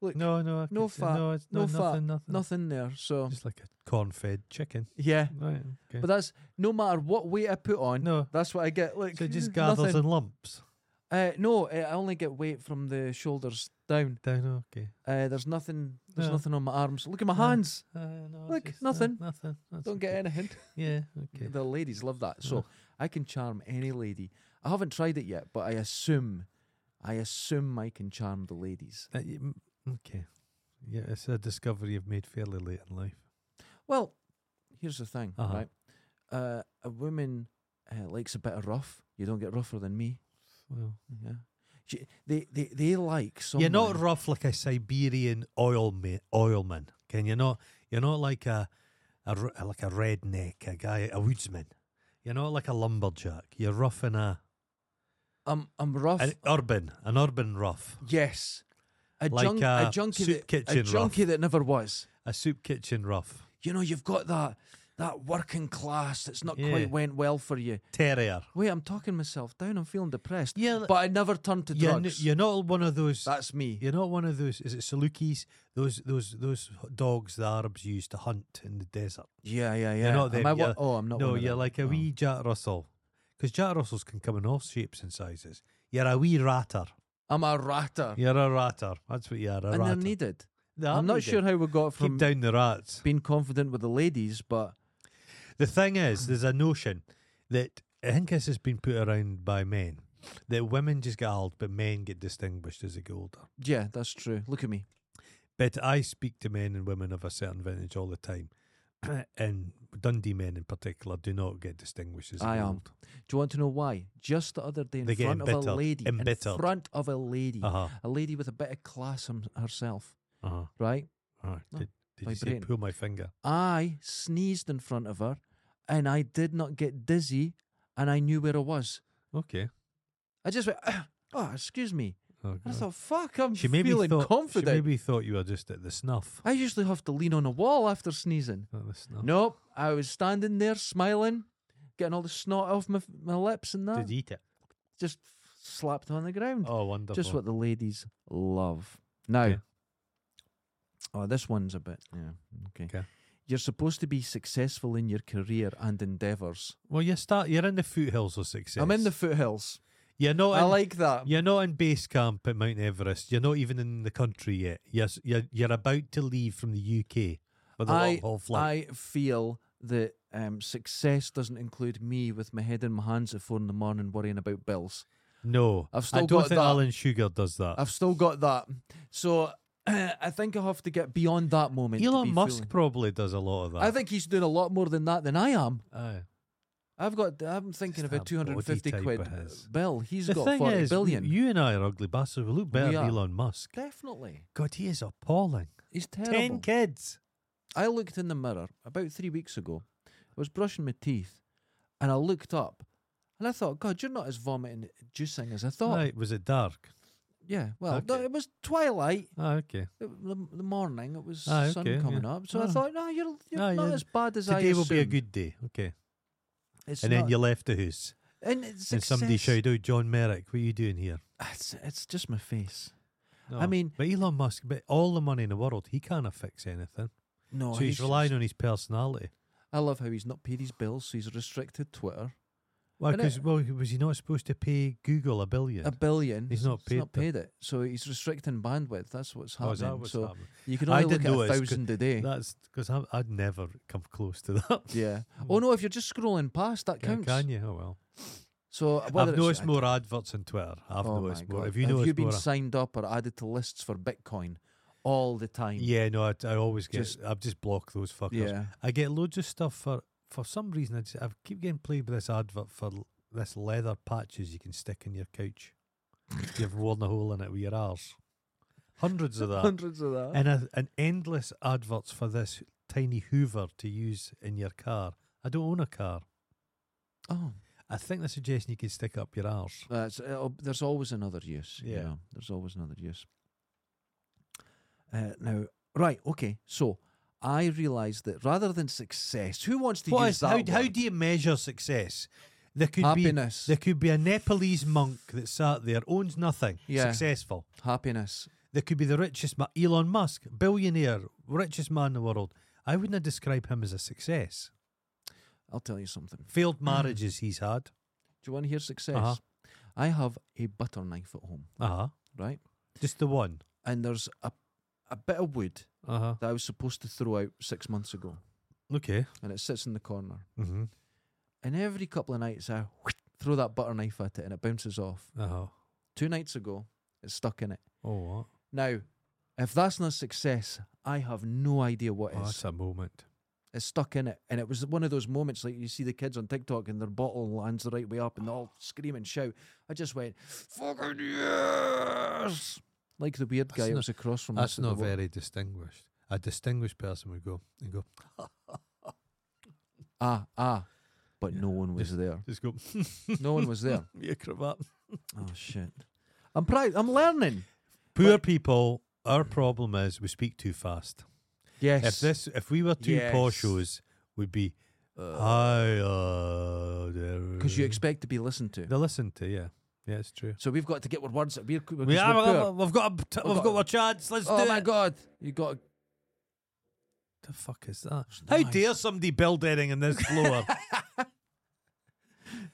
Speaker 1: Look,
Speaker 2: No, no, I
Speaker 1: no
Speaker 2: could say-
Speaker 1: fat,
Speaker 2: No, it's
Speaker 1: no
Speaker 2: nothing,
Speaker 1: fat,
Speaker 2: nothing.
Speaker 1: nothing there. So
Speaker 2: Just like a corn-fed chicken.
Speaker 1: yeah,
Speaker 2: Right. Okay.
Speaker 1: but that's no matter what weight I put on.
Speaker 2: no,
Speaker 1: That's what I get. Like
Speaker 2: so it just gathers
Speaker 1: nothing.
Speaker 2: in lumps.
Speaker 1: Uh, no, uh, I only get weight from the shoulders down.
Speaker 2: Down. Okay.
Speaker 1: Uh, there's nothing. There's
Speaker 2: Yeah.
Speaker 1: nothing on my arms. Look at my
Speaker 2: Yeah.
Speaker 1: hands.
Speaker 2: Uh, no, it's
Speaker 1: Look,
Speaker 2: just, uh,
Speaker 1: nothing.
Speaker 2: nothing. That's
Speaker 1: Don't get
Speaker 2: okay.
Speaker 1: anything.
Speaker 2: Yeah. Okay.
Speaker 1: The ladies love that. So
Speaker 2: Yeah.
Speaker 1: I can charm any lady. I haven't tried it yet, but I assume, I assume I can charm the ladies.
Speaker 2: Uh, you- mm, okay. Yeah, it's a discovery you've made fairly late in life.
Speaker 1: Well, here's the thing,
Speaker 2: Uh-huh.
Speaker 1: right? Uh, a woman uh, likes a bit of rough. You don't get rougher than me.
Speaker 2: Well,
Speaker 1: Yeah. She, they, they, they like someone.
Speaker 2: Mm-hmm. You're not rough like a Siberian oil ma- oilman. Can you not? You're not like a, a r- like a redneck, a guy, a woodsman. You're not like a lumberjack. You're rough in a
Speaker 1: I'm, I'm rough.
Speaker 2: an urban, an urban rough,
Speaker 1: yes. A,
Speaker 2: Like
Speaker 1: junk,
Speaker 2: a
Speaker 1: a junkie,
Speaker 2: soup
Speaker 1: that,
Speaker 2: kitchen
Speaker 1: a junkie that never was.
Speaker 2: a soup kitchen rough
Speaker 1: You know, you've got that that working class that's not
Speaker 2: Yeah.
Speaker 1: quite went well for you.
Speaker 2: terrier.
Speaker 1: Wait, I'm talking myself down. I'm feeling depressed.
Speaker 2: Yeah,
Speaker 1: but I never turned to
Speaker 2: You're, n-
Speaker 1: drugs.
Speaker 2: you're not one of those.
Speaker 1: That's me.
Speaker 2: You're not one of those. Is it Salukis? Those those those dogs the Arabs used to hunt in the desert.
Speaker 1: Yeah, yeah, yeah.
Speaker 2: not them,
Speaker 1: Am I one-
Speaker 2: you're-
Speaker 1: oh, I'm not.
Speaker 2: no,
Speaker 1: one of
Speaker 2: you're
Speaker 1: them.
Speaker 2: like a
Speaker 1: No.
Speaker 2: wee Jack Russell, because Jack Russells can come in all shapes and sizes. You're a wee ratter.
Speaker 1: I'm a ratter,
Speaker 2: You're a ratter. That's what you are. A
Speaker 1: and
Speaker 2: ratter.
Speaker 1: they're needed.
Speaker 2: They are
Speaker 1: I'm not
Speaker 2: needed.
Speaker 1: sure how we got
Speaker 2: Keep
Speaker 1: from
Speaker 2: down the rats.
Speaker 1: being confident with the ladies, but
Speaker 2: The thing is, there's a notion that I think this has been put around by men that women just get old, but men get distinguished as they get older.
Speaker 1: yeah, that's true. Look at me.
Speaker 2: But I speak to men and women of a certain vintage all the time, and Dundee men in particular do not get distinguished as they
Speaker 1: I
Speaker 2: get
Speaker 1: am.
Speaker 2: old.
Speaker 1: Do you want to know why? Just the other day, in
Speaker 2: They get
Speaker 1: front of a
Speaker 2: embittered,
Speaker 1: lady,
Speaker 2: embittered.
Speaker 1: in front of a lady,
Speaker 2: Uh huh.
Speaker 1: a lady with a bit of class him- herself,
Speaker 2: Uh huh.
Speaker 1: right?
Speaker 2: Alright.
Speaker 1: No,
Speaker 2: Did, did you say
Speaker 1: vibrating.
Speaker 2: pull my finger?
Speaker 1: I sneezed in front of her, and I did not get dizzy, and I knew where I was.
Speaker 2: Okay.
Speaker 1: I just went, oh, excuse me.
Speaker 2: Oh,
Speaker 1: And I
Speaker 2: God.
Speaker 1: thought, fuck, I'm
Speaker 2: she maybe
Speaker 1: feeling
Speaker 2: thought
Speaker 1: confident.
Speaker 2: she maybe thought you were just at the snuff.
Speaker 1: I usually have to lean on a wall after sneezing.
Speaker 2: At the snuff.
Speaker 1: Nope, I was standing there smiling, getting all the snot off my, my lips and that.
Speaker 2: Did you eat it?
Speaker 1: Just slapped on the ground.
Speaker 2: Oh, wonderful.
Speaker 1: Just what the ladies love. Now,
Speaker 2: Okay.
Speaker 1: oh, this one's a bit, yeah, okay.
Speaker 2: Okay.
Speaker 1: You're supposed to be successful in your career and endeavours.
Speaker 2: Well, you start. You're in the foothills of success. Oh,
Speaker 1: I'm in the foothills.
Speaker 2: You're not.
Speaker 1: I
Speaker 2: in-
Speaker 1: like that.
Speaker 2: You're not in base camp at Mount Everest. You're not even in the country yet. You're s- you're, you're about to leave from the UK for the long
Speaker 1: I,
Speaker 2: haul flight.
Speaker 1: I feel that um, success doesn't include me with my head in my hands at four in the morning worrying about bills.
Speaker 2: no,
Speaker 1: I've still
Speaker 2: I don't
Speaker 1: got
Speaker 2: think
Speaker 1: that.
Speaker 2: Alan Sugar does that.
Speaker 1: I've still got that. So I think I have to get beyond that moment. to be
Speaker 2: Elon Musk
Speaker 1: feeling-
Speaker 2: probably does a lot of that.
Speaker 1: I think he's doing a lot more than that than I am.
Speaker 2: Aye.
Speaker 1: I've got. I'm thinking
Speaker 2: Just
Speaker 1: of a
Speaker 2: that body
Speaker 1: 250
Speaker 2: type
Speaker 1: quid
Speaker 2: of his.
Speaker 1: bill. He's
Speaker 2: the
Speaker 1: got
Speaker 2: thing
Speaker 1: 40
Speaker 2: is,
Speaker 1: billion.
Speaker 2: you and I are ugly bastards. We look better
Speaker 1: We
Speaker 2: than
Speaker 1: are.
Speaker 2: Elon Musk.
Speaker 1: Definitely,
Speaker 2: God, he is appalling.
Speaker 1: he's
Speaker 2: Ten
Speaker 1: terrible.
Speaker 2: kids.
Speaker 1: I looked in the mirror about three weeks ago. I was brushing my teeth, and I looked up, and I thought, God, you're not as vomiting, juicing as I thought.
Speaker 2: Right, was it dark?
Speaker 1: Yeah, well,
Speaker 2: Okay.
Speaker 1: no, it was twilight,
Speaker 2: Ah, okay.
Speaker 1: the, the the morning. It was
Speaker 2: Ah,
Speaker 1: sun
Speaker 2: okay,
Speaker 1: coming
Speaker 2: yeah.
Speaker 1: up, so I
Speaker 2: Ah.
Speaker 1: thought, no, you're, you're
Speaker 2: No,
Speaker 1: not
Speaker 2: you're-
Speaker 1: as bad as I
Speaker 2: Today will be a
Speaker 1: assumed."
Speaker 2: good day. Okay.
Speaker 1: It's
Speaker 2: and then
Speaker 1: not-
Speaker 2: you left the house.
Speaker 1: and, it's
Speaker 2: And somebody
Speaker 1: success-
Speaker 2: shouted out, John Merrick, what are you doing here?
Speaker 1: It's, it's just my face.
Speaker 2: No.
Speaker 1: I mean-
Speaker 2: but Elon Musk, but all the money in the world, he can't fix anything.
Speaker 1: No,
Speaker 2: so he's, relying on his personality.
Speaker 1: I love how he's not paid his bills, so he's restricted Twitter.
Speaker 2: Well,
Speaker 1: And it-
Speaker 2: 'cause- well, was he not supposed to pay Google a billion?
Speaker 1: A billion.
Speaker 2: He's not paid
Speaker 1: not
Speaker 2: them.
Speaker 1: paid it, so he's restricting bandwidth. That's what's
Speaker 2: Oh,
Speaker 1: happening.
Speaker 2: is that what's
Speaker 1: so
Speaker 2: happening?
Speaker 1: you can
Speaker 2: I
Speaker 1: only look
Speaker 2: didn't
Speaker 1: at
Speaker 2: know
Speaker 1: a
Speaker 2: it's 'cause-
Speaker 1: thousand a day.
Speaker 2: That's because I'd never come close to that.
Speaker 1: yeah. Oh no, if you're just scrolling past, that
Speaker 2: Hmm. Can,
Speaker 1: counts.
Speaker 2: can you? Oh, well.
Speaker 1: So whether
Speaker 2: I've
Speaker 1: it's,
Speaker 2: noticed
Speaker 1: I-
Speaker 2: more adverts on Twitter. I've
Speaker 1: oh
Speaker 2: noticed
Speaker 1: my
Speaker 2: more.
Speaker 1: God.
Speaker 2: Have you noticed
Speaker 1: been
Speaker 2: more?
Speaker 1: signed up or added to lists for Bitcoin all the time?
Speaker 2: Yeah, no, I, I always get.
Speaker 1: Just-
Speaker 2: I've just blocked those fuckers.
Speaker 1: Yeah.
Speaker 2: I get loads of stuff for for some reason. I just I keep getting played with this advert for l- this leather patches you can stick in your couch. You've worn a hole in it with your arse. Hundreds of that,
Speaker 1: Hundreds of that.
Speaker 2: and a, an endless adverts for this tiny Hoover to use in your car. I don't own a car.
Speaker 1: oh,
Speaker 2: I think they're suggesting you can stick it up your arse.
Speaker 1: that's, uh, there's always another use. Yeah.
Speaker 2: Yeah.
Speaker 1: there's always another use. Uh, now, right, okay. So I realised that rather than success, who wants to
Speaker 2: What
Speaker 1: use
Speaker 2: is,
Speaker 1: that
Speaker 2: how, how
Speaker 1: word?
Speaker 2: do you measure success? There could
Speaker 1: Happiness.
Speaker 2: be there could be a Nepalese monk that sat there owns nothing,
Speaker 1: Yeah.
Speaker 2: successful.
Speaker 1: Happiness.
Speaker 2: There could be the richest man, Elon Musk, billionaire, richest man in the world. I wouldn't describe him as a success.
Speaker 1: I'll tell you something.
Speaker 2: Failed marriages he's had.
Speaker 1: Do you want to hear success?
Speaker 2: Uh-huh.
Speaker 1: I have a butter knife at home,
Speaker 2: Uh huh.
Speaker 1: right?
Speaker 2: Just the one.
Speaker 1: And there's a a bit of wood
Speaker 2: Uh huh.
Speaker 1: that I was supposed to throw out six months ago,
Speaker 2: Okay.
Speaker 1: and it sits in the corner.
Speaker 2: Mm-hmm.
Speaker 1: And every couple of nights, I throw that butter knife at it, and it bounces off.
Speaker 2: Uh huh.
Speaker 1: Two nights ago, it's stuck in it.
Speaker 2: Oh, what?
Speaker 1: Now, if that's not success, I have no idea what
Speaker 2: Oh,
Speaker 1: is.
Speaker 2: that's a moment.
Speaker 1: It's stuck in it, and it was one of those moments like you see the kids on TikTok and their bottle lands the right way up, and they all scream and shout. I just went, "Fucking yes!" Like the weird guy that
Speaker 2: not-
Speaker 1: was across from us.
Speaker 2: That's
Speaker 1: at the
Speaker 2: not
Speaker 1: wa-
Speaker 2: very distinguished. A distinguished person would go and go,
Speaker 1: Ah, ah, but no one was there.
Speaker 2: just go,
Speaker 1: No one was there.
Speaker 2: your cravat.
Speaker 1: Oh shit! I'm proud. I'm learning.
Speaker 2: Poor people, our problem is we speak too fast.
Speaker 1: Yes.
Speaker 2: If this, if we were two
Speaker 1: Yes.
Speaker 2: poshos, we'd be hi, uh,
Speaker 1: because you expect to be listened to.
Speaker 2: they listen to yeah, yeah, it's true.
Speaker 1: So we've got to get our words that we're.
Speaker 2: We
Speaker 1: are
Speaker 2: have, a- we've got, a, t-
Speaker 1: We've
Speaker 2: we've
Speaker 1: got-
Speaker 2: got a chance. Let's
Speaker 1: oh
Speaker 2: do
Speaker 1: my
Speaker 2: it.
Speaker 1: god! You got. to-
Speaker 2: The fuck is that?
Speaker 1: It's
Speaker 2: How
Speaker 1: nice.
Speaker 2: dare somebody build anything in this floor?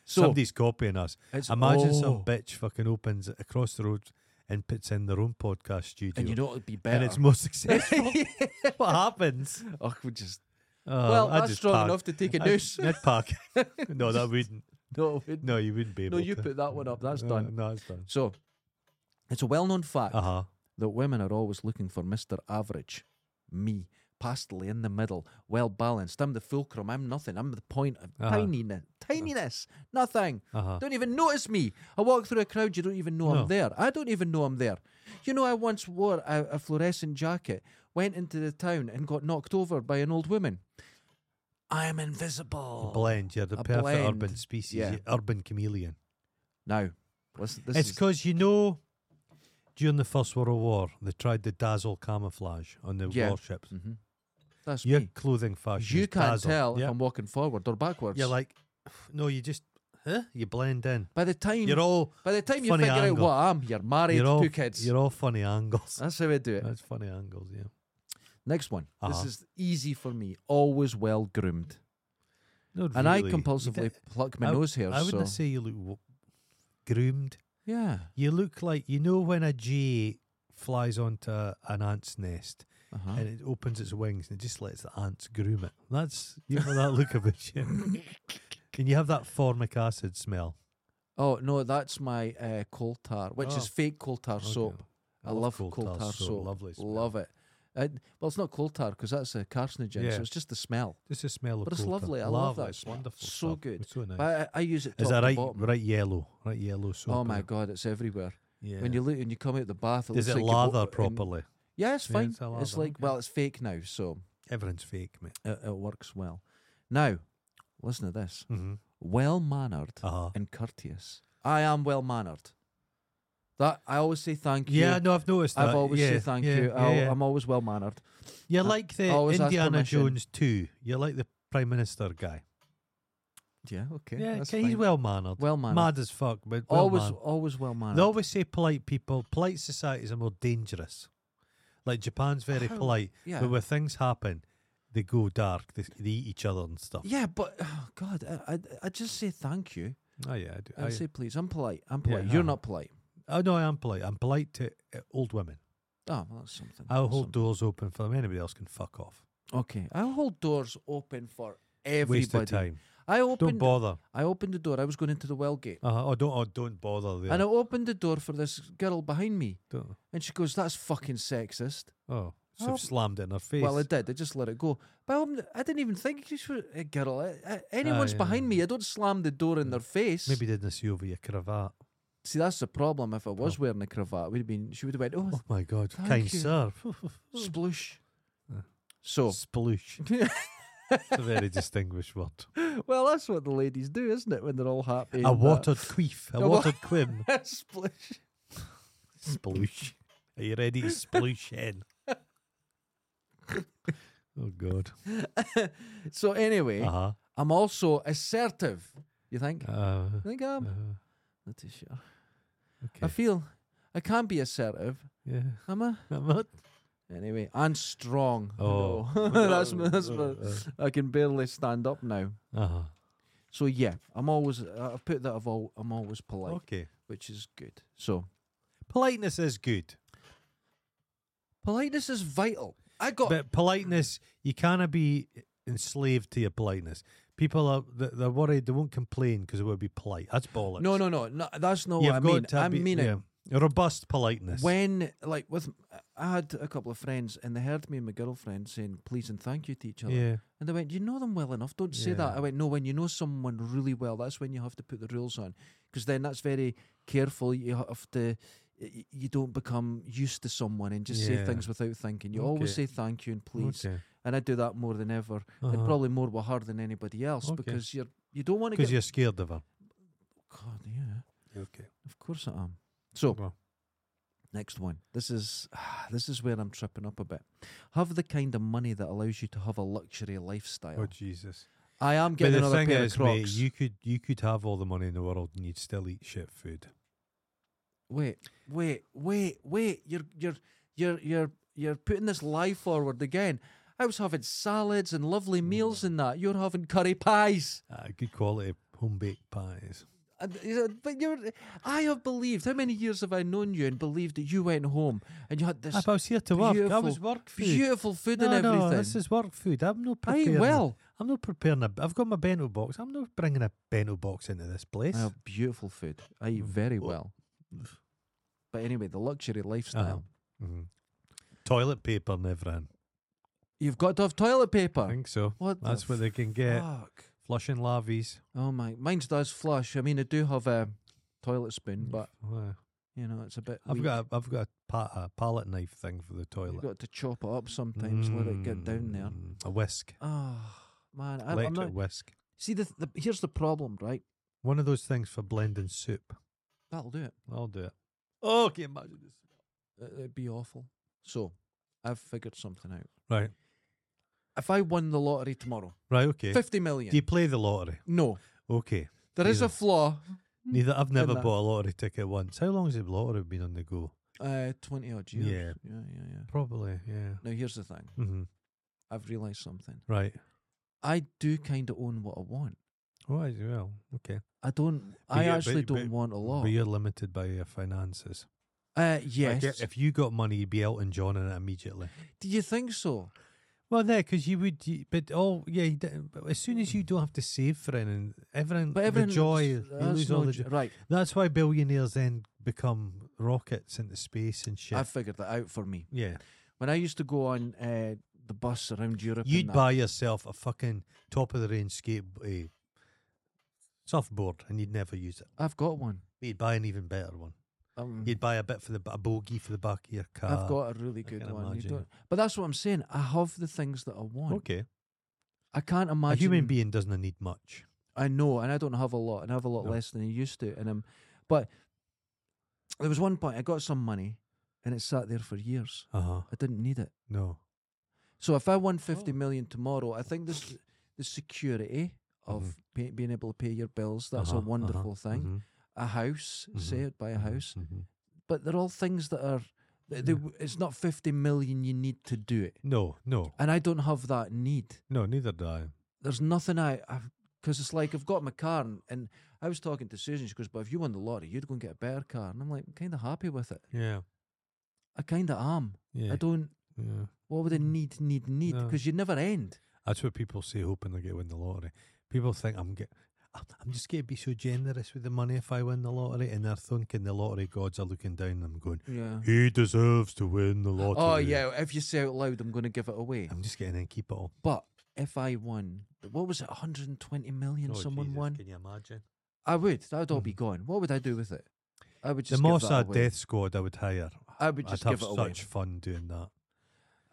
Speaker 1: So
Speaker 2: Somebody's copying us.
Speaker 1: it's-
Speaker 2: Imagine
Speaker 1: oh.
Speaker 2: some bitch fucking opens it across the road and puts in their own podcast studio,
Speaker 1: And you know it'd be better.
Speaker 2: and it's more successful. what happens?
Speaker 1: oh, we just
Speaker 2: Oh,
Speaker 1: well,
Speaker 2: I'd
Speaker 1: that's
Speaker 2: just
Speaker 1: strong
Speaker 2: pack-
Speaker 1: enough to take a
Speaker 2: I'd-
Speaker 1: noose.
Speaker 2: I'd pack. no, that wouldn't.
Speaker 1: no, it-
Speaker 2: No, you wouldn't be
Speaker 1: no,
Speaker 2: able
Speaker 1: you
Speaker 2: to.
Speaker 1: put that one up. That's
Speaker 2: Uh,
Speaker 1: done.
Speaker 2: No, it's done.
Speaker 1: So it's a well-known fact
Speaker 2: Uh huh.
Speaker 1: that women are always looking for Mister Average, me, pastely in the middle, well balanced. I'm the fulcrum. I'm nothing. I'm the point of
Speaker 2: Uh-huh.
Speaker 1: tininess, tininess, nothing.
Speaker 2: Uh huh.
Speaker 1: Don't even notice me. I walk through a crowd, you don't even know
Speaker 2: No.
Speaker 1: I'm there. I don't even know I'm there. You know, I once wore a, a fluorescent jacket, went into the town, and got knocked over by an old woman. I am invisible.
Speaker 2: Blend. You're the
Speaker 1: a
Speaker 2: perfect urban
Speaker 1: blend.
Speaker 2: species.
Speaker 1: Yeah.
Speaker 2: you urban chameleon.
Speaker 1: now, listen, this
Speaker 2: It's
Speaker 1: is-
Speaker 2: 'cause you know, during the First World War, they tried to dazzle camouflage on the
Speaker 1: Yeah.
Speaker 2: warships.
Speaker 1: Mhm. That's
Speaker 2: Your
Speaker 1: me.
Speaker 2: clothing fashion.
Speaker 1: You
Speaker 2: is
Speaker 1: can't
Speaker 2: dazzle.
Speaker 1: tell
Speaker 2: Yeah.
Speaker 1: if I'm walking forward or backwards.
Speaker 2: You're like, no, you just, huh? You blend in.
Speaker 1: by the time
Speaker 2: You're all.
Speaker 1: by the time you
Speaker 2: funny
Speaker 1: figure out
Speaker 2: angle.
Speaker 1: what I am, you're married,
Speaker 2: You're all.
Speaker 1: two kids.
Speaker 2: You're all funny angles.
Speaker 1: That's how I do it.
Speaker 2: That's funny angles. Yeah.
Speaker 1: Next one. This
Speaker 2: Uh-huh.
Speaker 1: is easy for me. Always well groomed,
Speaker 2: Not
Speaker 1: and
Speaker 2: really.
Speaker 1: I
Speaker 2: You
Speaker 1: compulsively
Speaker 2: don't-
Speaker 1: pluck my
Speaker 2: I-
Speaker 1: nose hairs.
Speaker 2: I
Speaker 1: so.
Speaker 2: wouldn't say you look. w- groomed.
Speaker 1: Yeah.
Speaker 2: You look like you know when a jay flies onto an ant's nest
Speaker 1: Uh-huh.
Speaker 2: and it opens its wings and it just lets the ants groom it. That's you know that look of it. Yeah. Can you have that formic acid smell?
Speaker 1: Oh no, that's my uh, coal tar, which is
Speaker 2: Oh.
Speaker 1: fake coal tar
Speaker 2: Okay.
Speaker 1: soap. I, love coal, tar, soap.
Speaker 2: Lovely. Smell.
Speaker 1: Love it. Uh, well, it's not coal tar because that's a carcinogen,
Speaker 2: Yeah.
Speaker 1: so it's just the smell.
Speaker 2: Just the smell of
Speaker 1: But it's
Speaker 2: coal tar.
Speaker 1: lovely, I love that
Speaker 2: It's
Speaker 1: smell.
Speaker 2: wonderful.
Speaker 1: So
Speaker 2: stuff.
Speaker 1: good.
Speaker 2: It's so nice.
Speaker 1: But I, I use it. Top
Speaker 2: Is that
Speaker 1: to
Speaker 2: right?
Speaker 1: bottom.
Speaker 2: Right yellow. Right yellow soap.
Speaker 1: Oh
Speaker 2: in
Speaker 1: my
Speaker 2: it.
Speaker 1: god, it's everywhere.
Speaker 2: Yeah.
Speaker 1: When you look and you come out the bath, it
Speaker 2: Does
Speaker 1: looks
Speaker 2: it
Speaker 1: like you've
Speaker 2: lather
Speaker 1: opened-
Speaker 2: properly?
Speaker 1: Yeah, it's
Speaker 2: Yeah,
Speaker 1: fine.
Speaker 2: it's a
Speaker 1: it's
Speaker 2: lather,
Speaker 1: like
Speaker 2: okay.
Speaker 1: well, it's fake now, so
Speaker 2: Everything's fake, mate.
Speaker 1: it, it works well. Now, listen to this.
Speaker 2: Mm-hmm.
Speaker 1: Well mannered
Speaker 2: Uh-huh.
Speaker 1: and courteous. I am well mannered. That I always say thank you.
Speaker 2: Yeah, no, I've noticed that.
Speaker 1: I've always
Speaker 2: yeah,
Speaker 1: said thank
Speaker 2: yeah,
Speaker 1: you.
Speaker 2: Yeah,
Speaker 1: I'll
Speaker 2: yeah.
Speaker 1: I'm always well mannered.
Speaker 2: You're like the
Speaker 1: I always ask
Speaker 2: Indiana
Speaker 1: permission.
Speaker 2: Jones too. You're like the Prime Minister guy.
Speaker 1: Yeah, okay.
Speaker 2: Yeah,
Speaker 1: that's
Speaker 2: okay, he's
Speaker 1: fine.
Speaker 2: well mannered.
Speaker 1: Well mannered.
Speaker 2: Mad as fuck, but well
Speaker 1: always,
Speaker 2: mannered.
Speaker 1: always well mannered.
Speaker 2: They always say polite people, polite societies are more dangerous. Like Japan's very
Speaker 1: How-
Speaker 2: polite,
Speaker 1: Oh, yeah.
Speaker 2: but when things happen, they go dark. They, they eat each other and stuff.
Speaker 1: Yeah, but oh God, I, I, I just say thank you.
Speaker 2: Oh yeah, I do.
Speaker 1: I,
Speaker 2: I,
Speaker 1: say please. I'm polite. I'm
Speaker 2: Yeah,
Speaker 1: polite. You're
Speaker 2: no.
Speaker 1: not polite.
Speaker 2: oh no, I am polite. I'm polite to uh, old women.
Speaker 1: Oh, well, that's something.
Speaker 2: I'll
Speaker 1: that's
Speaker 2: hold doors open for them. Anybody else can fuck off.
Speaker 1: something. Okay, I'll hold doors open for everybody.
Speaker 2: Waste of time.
Speaker 1: I
Speaker 2: Don't
Speaker 1: opened.
Speaker 2: bother.
Speaker 1: I opened the door. I was going into the well gate,
Speaker 2: Uh-huh. Oh, don't. Oh, don't bother. There.
Speaker 1: and I opened the door for this girl behind me,
Speaker 2: Don't-
Speaker 1: and she goes, "That's fucking sexist."
Speaker 2: Oh, so
Speaker 1: Oh.
Speaker 2: I've slammed it in her face.
Speaker 1: Well, I did. I just let it go. But I'm, I didn't even think she was a girl. I, I, anyone's
Speaker 2: yeah.
Speaker 1: behind me, I don't slam the door in their face.
Speaker 2: Maybe didn't see over your cravat.
Speaker 1: See, that's the problem. If I was wearing a cravat, we'd have been. She would have went, "Oh,
Speaker 2: Oh my God,
Speaker 1: Thank
Speaker 2: kind
Speaker 1: you. Oh.
Speaker 2: sir.
Speaker 1: sploosh."
Speaker 2: Yeah.
Speaker 1: So,
Speaker 2: Sploosh. It's a very distinguished word.
Speaker 1: well, that's what the ladies do, isn't it? When they're all happy.
Speaker 2: A
Speaker 1: and that.
Speaker 2: watered queef, a
Speaker 1: A wa-
Speaker 2: watered quim.
Speaker 1: sploosh.
Speaker 2: Sploosh. Are you ready to sploosh in? oh God.
Speaker 1: So anyway,
Speaker 2: Uh-huh.
Speaker 1: I'm also assertive. You think?
Speaker 2: Uh
Speaker 1: I think I'm.
Speaker 2: uh,
Speaker 1: Not too sure. I
Speaker 2: Okay.
Speaker 1: feel I can be assertive.
Speaker 2: Yeah.
Speaker 1: Am I?
Speaker 2: I'm not-
Speaker 1: Anyway, and strong. I
Speaker 2: Oh.
Speaker 1: know. that's m- that's
Speaker 2: Uh,
Speaker 1: m- I can barely stand up now.
Speaker 2: Uh-huh.
Speaker 1: So yeah, I'm always I I put that I've all, I'm always polite,
Speaker 2: Okay.
Speaker 1: which is good. So
Speaker 2: Politeness is good.
Speaker 1: politeness is vital. I got
Speaker 2: But politeness, you cannot be enslaved to your politeness. People are th- they're worried they won't complain because it would be polite. That's bollocks.
Speaker 1: no, no, no, no. That's not
Speaker 2: You've
Speaker 1: what I
Speaker 2: got
Speaker 1: mean.
Speaker 2: to
Speaker 1: I
Speaker 2: be-
Speaker 1: mean it.
Speaker 2: yeah, robust politeness.
Speaker 1: When like with I had a couple of friends and they heard me and my girlfriend saying please and thank you to each other,
Speaker 2: yeah,
Speaker 1: and they went, "You know them well enough. Don't say that."
Speaker 2: Yeah.
Speaker 1: I went, "No, when you know someone really well, that's when you have to put the rules on, because then that's very careful. You have to." y- You don't become used to someone and just say
Speaker 2: Yeah.
Speaker 1: things without thinking. You always say
Speaker 2: Okay.
Speaker 1: thank you and please.
Speaker 2: okay.
Speaker 1: and I do that more than ever, and
Speaker 2: Uh-huh.
Speaker 1: probably more with her than anybody else
Speaker 2: Okay.
Speaker 1: because you're you don't want to
Speaker 2: because
Speaker 1: get.
Speaker 2: you're scared of her.
Speaker 1: God, yeah,
Speaker 2: Okay.
Speaker 1: of course I am. So
Speaker 2: Well.
Speaker 1: next one. This is this is where I'm tripping up a bit. Have the kind of money that allows you to have a luxury lifestyle.
Speaker 2: Oh Jesus!
Speaker 1: I am
Speaker 2: But
Speaker 1: getting
Speaker 2: the
Speaker 1: another
Speaker 2: thing
Speaker 1: pair
Speaker 2: is,
Speaker 1: of Crocs.
Speaker 2: mate, you could you could have all the money in the world and you'd still eat shit food.
Speaker 1: Wait, wait, wait, wait. You're you're you're you're you're putting this lie forward again. I was having salads and lovely meals and that. You're having curry pies.
Speaker 2: Uh, good quality home baked pies.
Speaker 1: And, you know, But you're, I have believed. How many years have I known you and believed that you went home and you had this
Speaker 2: Ah, but I was here to work. I
Speaker 1: beautiful-
Speaker 2: was work food.
Speaker 1: beautiful food
Speaker 2: no,
Speaker 1: and
Speaker 2: no,
Speaker 1: everything?
Speaker 2: this is work food. I'm not
Speaker 1: I
Speaker 2: preparing.
Speaker 1: eat
Speaker 2: a-
Speaker 1: well.
Speaker 2: I'm not preparing a. I've got my bento box. I'm not bringing a bento box into this place.
Speaker 1: I have beautiful food. I eat very well. But anyway, the luxury lifestyle.
Speaker 2: hmm Toilet paper and everything.
Speaker 1: You've got to have toilet paper.
Speaker 2: I think so.
Speaker 1: What the
Speaker 2: That's what they can get.
Speaker 1: Fuck.
Speaker 2: Flushing lavies.
Speaker 1: Oh my, mine's does flush. I mean, I do have a toilet spoon, but
Speaker 2: Wow.
Speaker 1: you know it's a bit.
Speaker 2: I've
Speaker 1: weak.
Speaker 2: Mm. got a, I've got a, pa- a palette knife thing for the
Speaker 1: You've
Speaker 2: toilet.
Speaker 1: got to chop it up sometimes. Let it get down there.
Speaker 2: Mm, A whisk,
Speaker 1: Oh man, I, I'm
Speaker 2: electric
Speaker 1: not.
Speaker 2: whisk.
Speaker 1: See, the, the here's the problem, right?
Speaker 2: One of those things for blending soup.
Speaker 1: That'll do it.
Speaker 2: I'll do it. Oh, can you imagine this?
Speaker 1: It- It'd be awful. So, I've figured something out.
Speaker 2: Right,
Speaker 1: If I won the lottery tomorrow,
Speaker 2: right, okay.
Speaker 1: fifty million.
Speaker 2: Do you play the lottery?
Speaker 1: No,
Speaker 2: Okay.
Speaker 1: there is a
Speaker 2: Jesus.
Speaker 1: flaw.
Speaker 2: Neither. I've never
Speaker 1: that.
Speaker 2: bought a lottery ticket once. How long has the lottery been on the go?
Speaker 1: Uh, twenty odd years.
Speaker 2: Yeah.
Speaker 1: yeah, yeah, yeah.
Speaker 2: Probably, yeah.
Speaker 1: Now here's the thing.
Speaker 2: Mm-hmm.
Speaker 1: I've realised something.
Speaker 2: Right.
Speaker 1: I do kind of own what I want.
Speaker 2: All right, Oh, well, okay.
Speaker 1: I don't. I
Speaker 2: you- but-
Speaker 1: actually don't
Speaker 2: but-
Speaker 1: want a lot.
Speaker 2: But you're limited by your finances.
Speaker 1: Uh,
Speaker 2: Like,
Speaker 1: yes.
Speaker 2: i- if you got money, you'd be Elton John in it immediately.
Speaker 1: Do you think so?
Speaker 2: Well, there, because you would, you, but all, yeah, you don't- but as soon as you don't have to save for anything, everything,
Speaker 1: But
Speaker 2: Hmm. the
Speaker 1: everyone uh,
Speaker 2: joy, you
Speaker 1: that's
Speaker 2: lose all
Speaker 1: no
Speaker 2: the
Speaker 1: j-
Speaker 2: joy.
Speaker 1: right.
Speaker 2: That's why billionaires then become rockets into space and shit.
Speaker 1: I figured that out for me.
Speaker 2: yeah.
Speaker 1: When I used to go on uh, the bus around Europe, and
Speaker 2: You'd
Speaker 1: that,
Speaker 2: buy yourself a fucking top of the range skate uh, surfboard and you'd never use it.
Speaker 1: I've got one.
Speaker 2: But you'd buy an even better one.
Speaker 1: Um,
Speaker 2: You'd buy a bit for the b- a bogey for the back of your car.
Speaker 1: I've got a really
Speaker 2: I
Speaker 1: good
Speaker 2: can
Speaker 1: one. You
Speaker 2: imagine.
Speaker 1: don't, but that's what I'm saying. I have the things that I want.
Speaker 2: okay.
Speaker 1: I can't
Speaker 2: A
Speaker 1: imagine.
Speaker 2: human being doesn't need much.
Speaker 1: I know, and I don't have a lot, and I have a lot
Speaker 2: No.
Speaker 1: less than I used to. And um, but there was one point I got some money, and it sat there for years.
Speaker 2: Uh huh.
Speaker 1: I didn't need it.
Speaker 2: No.
Speaker 1: So if I won fifty
Speaker 2: Oh.
Speaker 1: million tomorrow, I think this the security of pay, being able to pay your bills that's
Speaker 2: Mm-hmm. Uh-huh,
Speaker 1: a
Speaker 2: uh-huh,
Speaker 1: wonderful thing.
Speaker 2: mhm,
Speaker 1: A house, say
Speaker 2: Mhm,
Speaker 1: it by a
Speaker 2: mhm,
Speaker 1: house,
Speaker 2: mhm.
Speaker 1: but they're all things that are. They, they,
Speaker 2: Yeah.
Speaker 1: w- it's not fifty million you need to do it,
Speaker 2: No, no,
Speaker 1: and I don't have that need.
Speaker 2: no, neither do I.
Speaker 1: There's nothing I, because it's like I've got my car, and, and I was talking to Susan. She goes, "But if you won the lottery, you'd go and get a better car." And I'm like, "I'm kind of happy with it.
Speaker 2: Yeah.
Speaker 1: I kind of am.
Speaker 2: Yeah.
Speaker 1: I don't.
Speaker 2: yeah.
Speaker 1: What would I need, need, need?
Speaker 2: No.
Speaker 1: Because you never end.
Speaker 2: That's what people say, hoping they get win the lottery. People think I'm get, I'm- I'm just going to be so generous with the money if I win the lottery, and they're thinking the lottery gods are looking down on them, going,
Speaker 1: Yeah."
Speaker 2: "He deserves to win the lottery."
Speaker 1: Oh yeah, if you say out loud, I'm going to give it away.
Speaker 2: I'm just getting in, keep it all.
Speaker 1: But if I won, what was it, 120 million?
Speaker 2: Oh,
Speaker 1: someone
Speaker 2: Jesus,
Speaker 1: won.
Speaker 2: Can you imagine?
Speaker 1: I would. That would all be gone. What would I do with it? I would
Speaker 2: The
Speaker 1: just give that
Speaker 2: Mossad
Speaker 1: away.
Speaker 2: Death Squad, I would hire.
Speaker 1: I would just
Speaker 2: I'd
Speaker 1: give
Speaker 2: have
Speaker 1: it
Speaker 2: such
Speaker 1: away.
Speaker 2: fun doing that.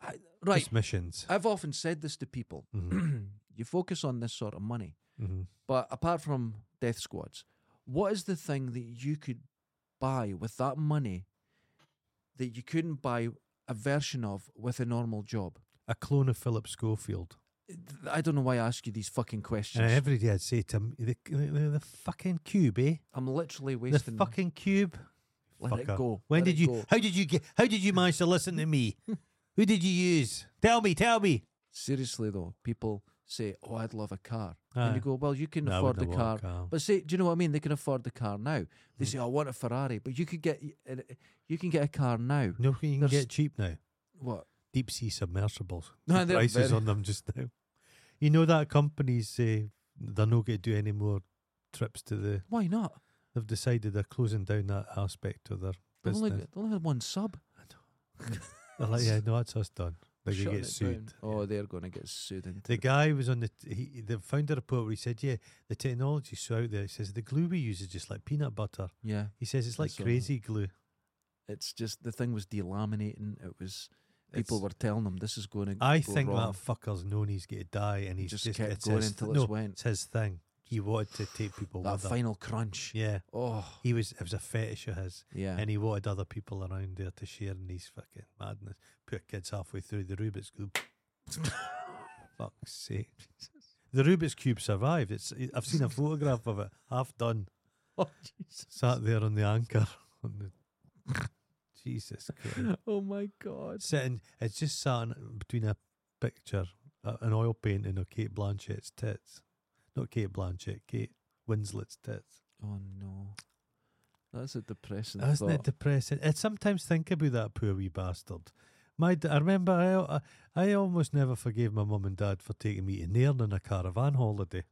Speaker 1: I- right. Uh,
Speaker 2: Just missions.
Speaker 1: I've often said this to people.
Speaker 2: Mm-hmm.
Speaker 1: you focus on this sort of money,
Speaker 2: Mhm.
Speaker 1: but apart from death squads, what is the thing that you could buy with that money that you couldn't buy a version of with a normal job?
Speaker 2: A clone of Philip Schofield.
Speaker 1: I don't know why I ask you these fucking questions.
Speaker 2: And every day I'd say to him, the, the, the fucking cube, eh?
Speaker 1: I'm literally
Speaker 2: The
Speaker 1: wasting
Speaker 2: fucking cube.
Speaker 1: Let it
Speaker 2: Fucker.
Speaker 1: go.
Speaker 2: When
Speaker 1: Let
Speaker 2: did
Speaker 1: it
Speaker 2: you?
Speaker 1: go.
Speaker 2: How did you get? How did you manage to listen to me? Who did you use? Tell me. Tell me.
Speaker 1: Seriously though, people say, "Oh, I'd love a car," and
Speaker 2: Aye.
Speaker 1: you go, "Well, you can
Speaker 2: No, I
Speaker 1: afford the
Speaker 2: wouldn't
Speaker 1: car."
Speaker 2: want a car. Hmm.
Speaker 1: But say, do you know what I mean? They can afford the car now. They say, "Oh, "I want a Ferrari," but you could get uh, you can get a car now.
Speaker 2: No, you can
Speaker 1: There's-
Speaker 2: get cheap now.
Speaker 1: What?
Speaker 2: Deep sea submersibles.
Speaker 1: No,
Speaker 2: The
Speaker 1: they're
Speaker 2: prices
Speaker 1: very-
Speaker 2: on them just now. You know that companies uh, they're not going to do any more trips to the.
Speaker 1: Why not?
Speaker 2: They've decided they're closing down that aspect of their
Speaker 1: They only,
Speaker 2: business.
Speaker 1: they only had one sub.
Speaker 2: They're like, yeah, no, that's us done. They're going
Speaker 1: Shutting
Speaker 2: to get
Speaker 1: it
Speaker 2: sued.
Speaker 1: down. Oh, they're going to get sued. Into
Speaker 2: The guy was on the he, the founder report where he said, yeah, the technology's so out there. He says the glue we use is just like peanut butter.
Speaker 1: yeah,
Speaker 2: He says it's like
Speaker 1: saw that.
Speaker 2: crazy glue.
Speaker 1: it's just the thing was delaminating. It was people
Speaker 2: It's-
Speaker 1: were telling them this is going to.
Speaker 2: I
Speaker 1: go
Speaker 2: think
Speaker 1: wrong.
Speaker 2: that fucker's known he's going to die, and he's
Speaker 1: Just
Speaker 2: just,
Speaker 1: kept
Speaker 2: it's
Speaker 1: going
Speaker 2: his,
Speaker 1: until
Speaker 2: th-
Speaker 1: it's
Speaker 2: no,
Speaker 1: went.
Speaker 2: It's his thing. He wanted to take people
Speaker 1: that
Speaker 2: with him.
Speaker 1: final crunch.
Speaker 2: Yeah,
Speaker 1: Oh,
Speaker 2: he was. It was a fetish of his,
Speaker 1: yeah.
Speaker 2: and he wanted other people around there to share in his fucking madness. Poor kids halfway through the Rubik's cube. Fuck's sake! The Rubik's cube survived. It's. I've seen a photograph of it, half done,
Speaker 1: oh, Jesus.
Speaker 2: sat there on the anchor. On the, Jesus Christ.
Speaker 1: oh my God.
Speaker 2: sitting. It's just sat in between a picture, uh, an oil painting of Kate Blanchett's tits. Not Kate Blanchett, Kate Winslet's tits.
Speaker 1: Oh no, that's a depressing
Speaker 2: Isn't
Speaker 1: thought.
Speaker 2: it depressing? I sometimes think about that poor wee bastard. My, d- I remember I, I, I almost never forgave my mum and dad for taking me to Nairn on a caravan holiday.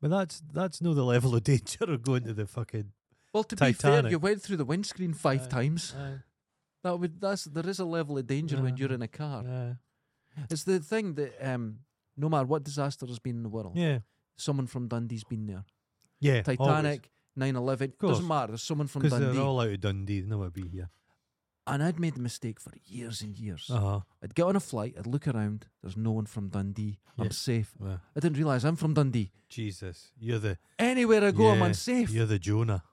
Speaker 2: But that's that's no the level of danger of going to the fucking.
Speaker 1: well, to be fair,
Speaker 2: Titanic.
Speaker 1: you went through the windscreen five
Speaker 2: Aye.
Speaker 1: times. That would that's there is a level of danger when
Speaker 2: Yeah.
Speaker 1: you're in a car.
Speaker 2: Yeah.
Speaker 1: It's the thing that um, no matter what disaster has been in the world,
Speaker 2: yeah,
Speaker 1: someone from Dundee's been there.
Speaker 2: yeah.
Speaker 1: Titanic, 9/11,
Speaker 2: course.
Speaker 1: doesn't matter. There's someone from
Speaker 2: because
Speaker 1: Dundee,
Speaker 2: they're all out of Dundee. They know I'd be here.
Speaker 1: and I'd made the mistake for years and years.
Speaker 2: Uh huh.
Speaker 1: I'd get on a flight, I'd look around. There's no one from Dundee.
Speaker 2: Yeah.
Speaker 1: I'm safe.
Speaker 2: Yeah.
Speaker 1: I didn't realise I'm from Dundee.
Speaker 2: Jesus, you're the
Speaker 1: Anywhere I go, I'm
Speaker 2: Yeah,
Speaker 1: unsafe.
Speaker 2: You're the Jonah,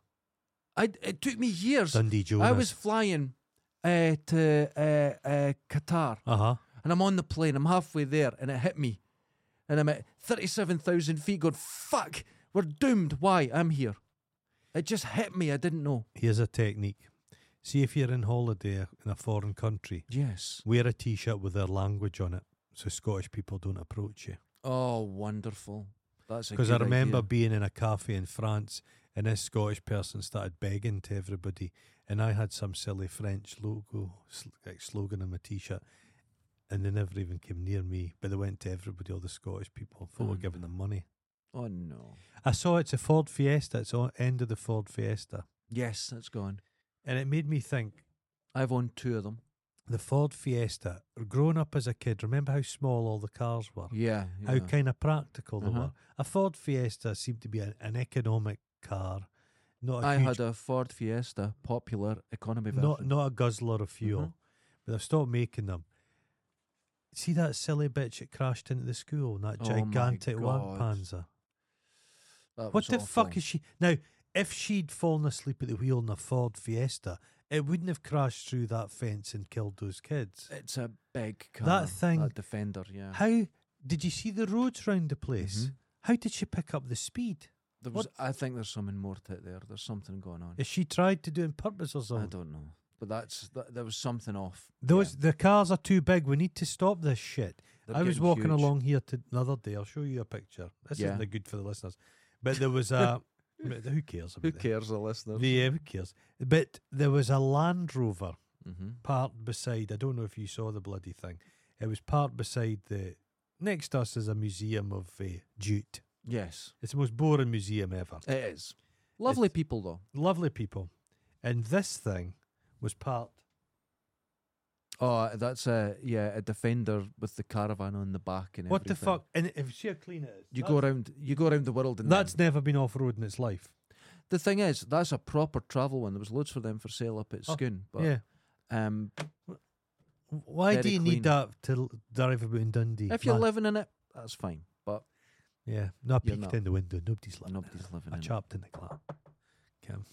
Speaker 1: I, it took me years.
Speaker 2: Dundee Jonas.
Speaker 1: I was flying uh, to uh, uh, Qatar
Speaker 2: Uh huh.
Speaker 1: and I'm on the plane. I'm halfway there and it hit me. And I'm at 37,000 feet going, fuck, we're doomed. Why? I'm here. It just hit me. I didn't know.
Speaker 2: Here's a technique. See if you're in holiday in a foreign country,
Speaker 1: Yes.
Speaker 2: wear a T-shirt with their language on it, so Scottish people don't approach you.
Speaker 1: Oh, wonderful. That's a
Speaker 2: Because I
Speaker 1: good
Speaker 2: remember
Speaker 1: idea.
Speaker 2: being in a cafe in France and this Scottish person started begging to everybody, and I had some silly French logo, sl- like slogan on my t shirt, and they never even came near me, but they went to everybody, all the Scottish people, thought we were
Speaker 1: Mm.
Speaker 2: giving them money.
Speaker 1: Oh no.
Speaker 2: I saw it's a Ford Fiesta, it's on end of the Ford Fiesta,
Speaker 1: Yes, that's gone.
Speaker 2: and it made me think
Speaker 1: I've owned two of them.
Speaker 2: the Ford Fiesta, growing up as a kid, remember how small all the cars were?
Speaker 1: Yeah.
Speaker 2: how
Speaker 1: yeah.
Speaker 2: kind of practical they
Speaker 1: Uh-huh.
Speaker 2: were. A Ford Fiesta seemed to be a, an economic car, not a
Speaker 1: I
Speaker 2: huge,
Speaker 1: had a Ford Fiesta, popular economy version.
Speaker 2: not not a guzzler of fuel.
Speaker 1: Mhm.
Speaker 2: But they've stopped making them. See that silly bitch that crashed into the school, that
Speaker 1: Oh my
Speaker 2: gigantic
Speaker 1: God.
Speaker 2: one panzer.
Speaker 1: That
Speaker 2: What
Speaker 1: was
Speaker 2: the fuck
Speaker 1: awful.
Speaker 2: is she now? If she'd fallen asleep at the wheel in a Ford Fiesta, it wouldn't have crashed through that fence and killed those kids.
Speaker 1: It's a big car.
Speaker 2: thing-
Speaker 1: That Defender, Eh, yeah.
Speaker 2: How did you see the roads round the place?
Speaker 1: Mhm.
Speaker 2: How did she pick up the speed?
Speaker 1: There was,
Speaker 2: what-
Speaker 1: I think there's something more to it there. There's something going on.
Speaker 2: Is she tried to do it on purpose or
Speaker 1: I
Speaker 2: something?
Speaker 1: don't know. But that's that, there was something off. Yeah.
Speaker 2: Those the cars are too big. We need to stop this shit.
Speaker 1: They're
Speaker 2: I was
Speaker 1: getting
Speaker 2: walking
Speaker 1: huge.
Speaker 2: along here to another day. I'll show you a picture. This
Speaker 1: Yeah.
Speaker 2: isn't good for the listeners, but there was a. but who cares
Speaker 1: Who
Speaker 2: about that?
Speaker 1: cares, the listener?
Speaker 2: Yeah, who cares? But there was a Land Rover
Speaker 1: mm-hmm.
Speaker 2: parked beside. I don't know if you saw the bloody thing. It was parked beside the. Next to us is a museum of uh, Jute.
Speaker 1: Yes,
Speaker 2: It's the most boring museum ever.
Speaker 1: it is. Lovely people, though.
Speaker 2: Lovely people, and this thing was parked.
Speaker 1: Oh, that's a yeah, a defender with the caravan on the back and
Speaker 2: What the
Speaker 1: everything.
Speaker 2: fuck? And if you see how clean it is,
Speaker 1: You
Speaker 2: that's-
Speaker 1: go around, you go around the world, and
Speaker 2: That's never been off road in its life.
Speaker 1: the thing is, that's a proper travel one. There was loads for them for sale up at
Speaker 2: Oh,
Speaker 1: Skoon, but
Speaker 2: yeah.
Speaker 1: um,
Speaker 2: Why do
Speaker 1: very
Speaker 2: you
Speaker 1: clean.
Speaker 2: need that to l- drive about in Dundee?
Speaker 1: if you're
Speaker 2: Man,
Speaker 1: living in it, that's fine. But
Speaker 2: yeah, no, I
Speaker 1: you're
Speaker 2: peeked
Speaker 1: not.
Speaker 2: in the window. Nobody's living.
Speaker 1: nobody's living
Speaker 2: I
Speaker 1: in
Speaker 2: chopped in the glass. Cam.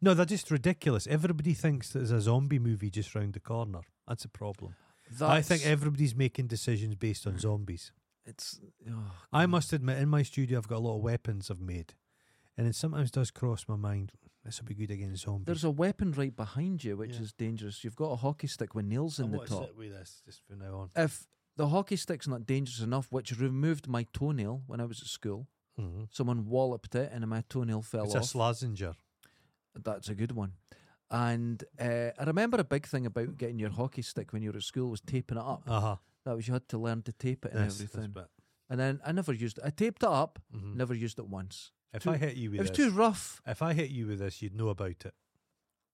Speaker 2: No, they're just ridiculous. Everybody thinks there's a zombie movie just round the corner. That's a problem.
Speaker 1: it.
Speaker 2: I think
Speaker 1: That's-
Speaker 2: everybody's making decisions based on zombies.
Speaker 1: it's. oh,
Speaker 2: I
Speaker 1: God.
Speaker 2: must admit, in my studio, I've got a lot of weapons I've made, and it sometimes does cross my mind. This will be good against zombies.
Speaker 1: There's a weapon right behind you, which
Speaker 2: Yeah.
Speaker 1: is dangerous. You've got a hockey stick with nails
Speaker 2: I
Speaker 1: in the
Speaker 2: want to
Speaker 1: top.
Speaker 2: sit with this just from now on.
Speaker 1: If the hockey stick's not dangerous enough, which removed my toenail when I was at school,
Speaker 2: Mhm.
Speaker 1: someone walloped it and my toenail fell
Speaker 2: It's a
Speaker 1: off.
Speaker 2: slazenger.
Speaker 1: That's a good one. And uh, I remember a big thing about getting your hockey stick when you were at school was taping it up.
Speaker 2: Uh huh.
Speaker 1: That was you had to learn to tape it and
Speaker 2: This- this
Speaker 1: everything.
Speaker 2: bit.
Speaker 1: and then I never used it. I taped it up,
Speaker 2: Mhm.
Speaker 1: never used it once.
Speaker 2: If
Speaker 1: too-
Speaker 2: I hit you with
Speaker 1: It was
Speaker 2: this,
Speaker 1: too rough.
Speaker 2: if I hit you with this, you'd know about it.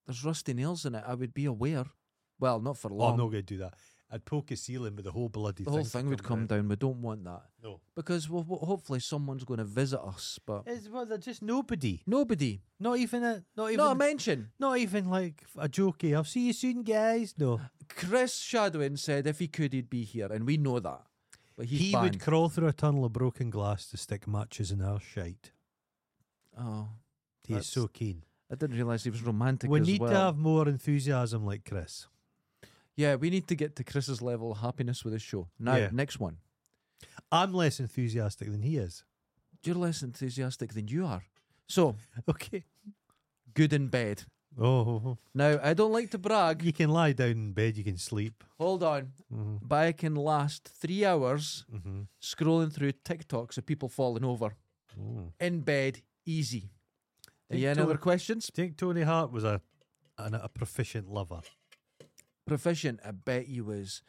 Speaker 1: There's rusty nails in it. I would be aware. Well, not for
Speaker 2: Oh, I'm
Speaker 1: long.
Speaker 2: not going to do that. I'd poke a ceiling, but the whole bloody
Speaker 1: the whole thing would come
Speaker 2: down.
Speaker 1: down. We don't want that
Speaker 2: No,
Speaker 1: because well, well, hopefully someone's going to visit us, but
Speaker 2: it's well, they're just nobody.
Speaker 1: nobody.
Speaker 2: Not even a, not even,
Speaker 1: Not a mention.
Speaker 2: not even like a jokey. I'll see you soon, guys. No,
Speaker 1: Chris Shadwin said if he could, he'd be here, and we know that. But he's
Speaker 2: he
Speaker 1: banned.
Speaker 2: would crawl through a tunnel of broken glass to stick matches in our shite.
Speaker 1: oh,
Speaker 2: He
Speaker 1: That's-
Speaker 2: is so keen.
Speaker 1: I didn't realise he was romantic
Speaker 2: We
Speaker 1: as
Speaker 2: need
Speaker 1: well.
Speaker 2: to have more enthusiasm like Chris.
Speaker 1: yeah, we need to get to Chris's level of happiness with this show. Now,
Speaker 2: Yeah.
Speaker 1: next one.
Speaker 2: I'm less enthusiastic than he is.
Speaker 1: You're less enthusiastic than you are. So,
Speaker 2: Okay.
Speaker 1: good in bed.
Speaker 2: Oh,
Speaker 1: Now, I don't like to brag.
Speaker 2: you can lie down in bed. You can sleep.
Speaker 1: Hold on.
Speaker 2: Mhm.
Speaker 1: But I can last three hours
Speaker 2: Mm-hmm.
Speaker 1: scrolling through TikToks of people falling over.
Speaker 2: Mm.
Speaker 1: In bed, easy. Are you any
Speaker 2: TikTok-
Speaker 1: other questions?
Speaker 2: Do you think Tony Hart was a an, a proficient lover?
Speaker 1: Proficient, I bet he was.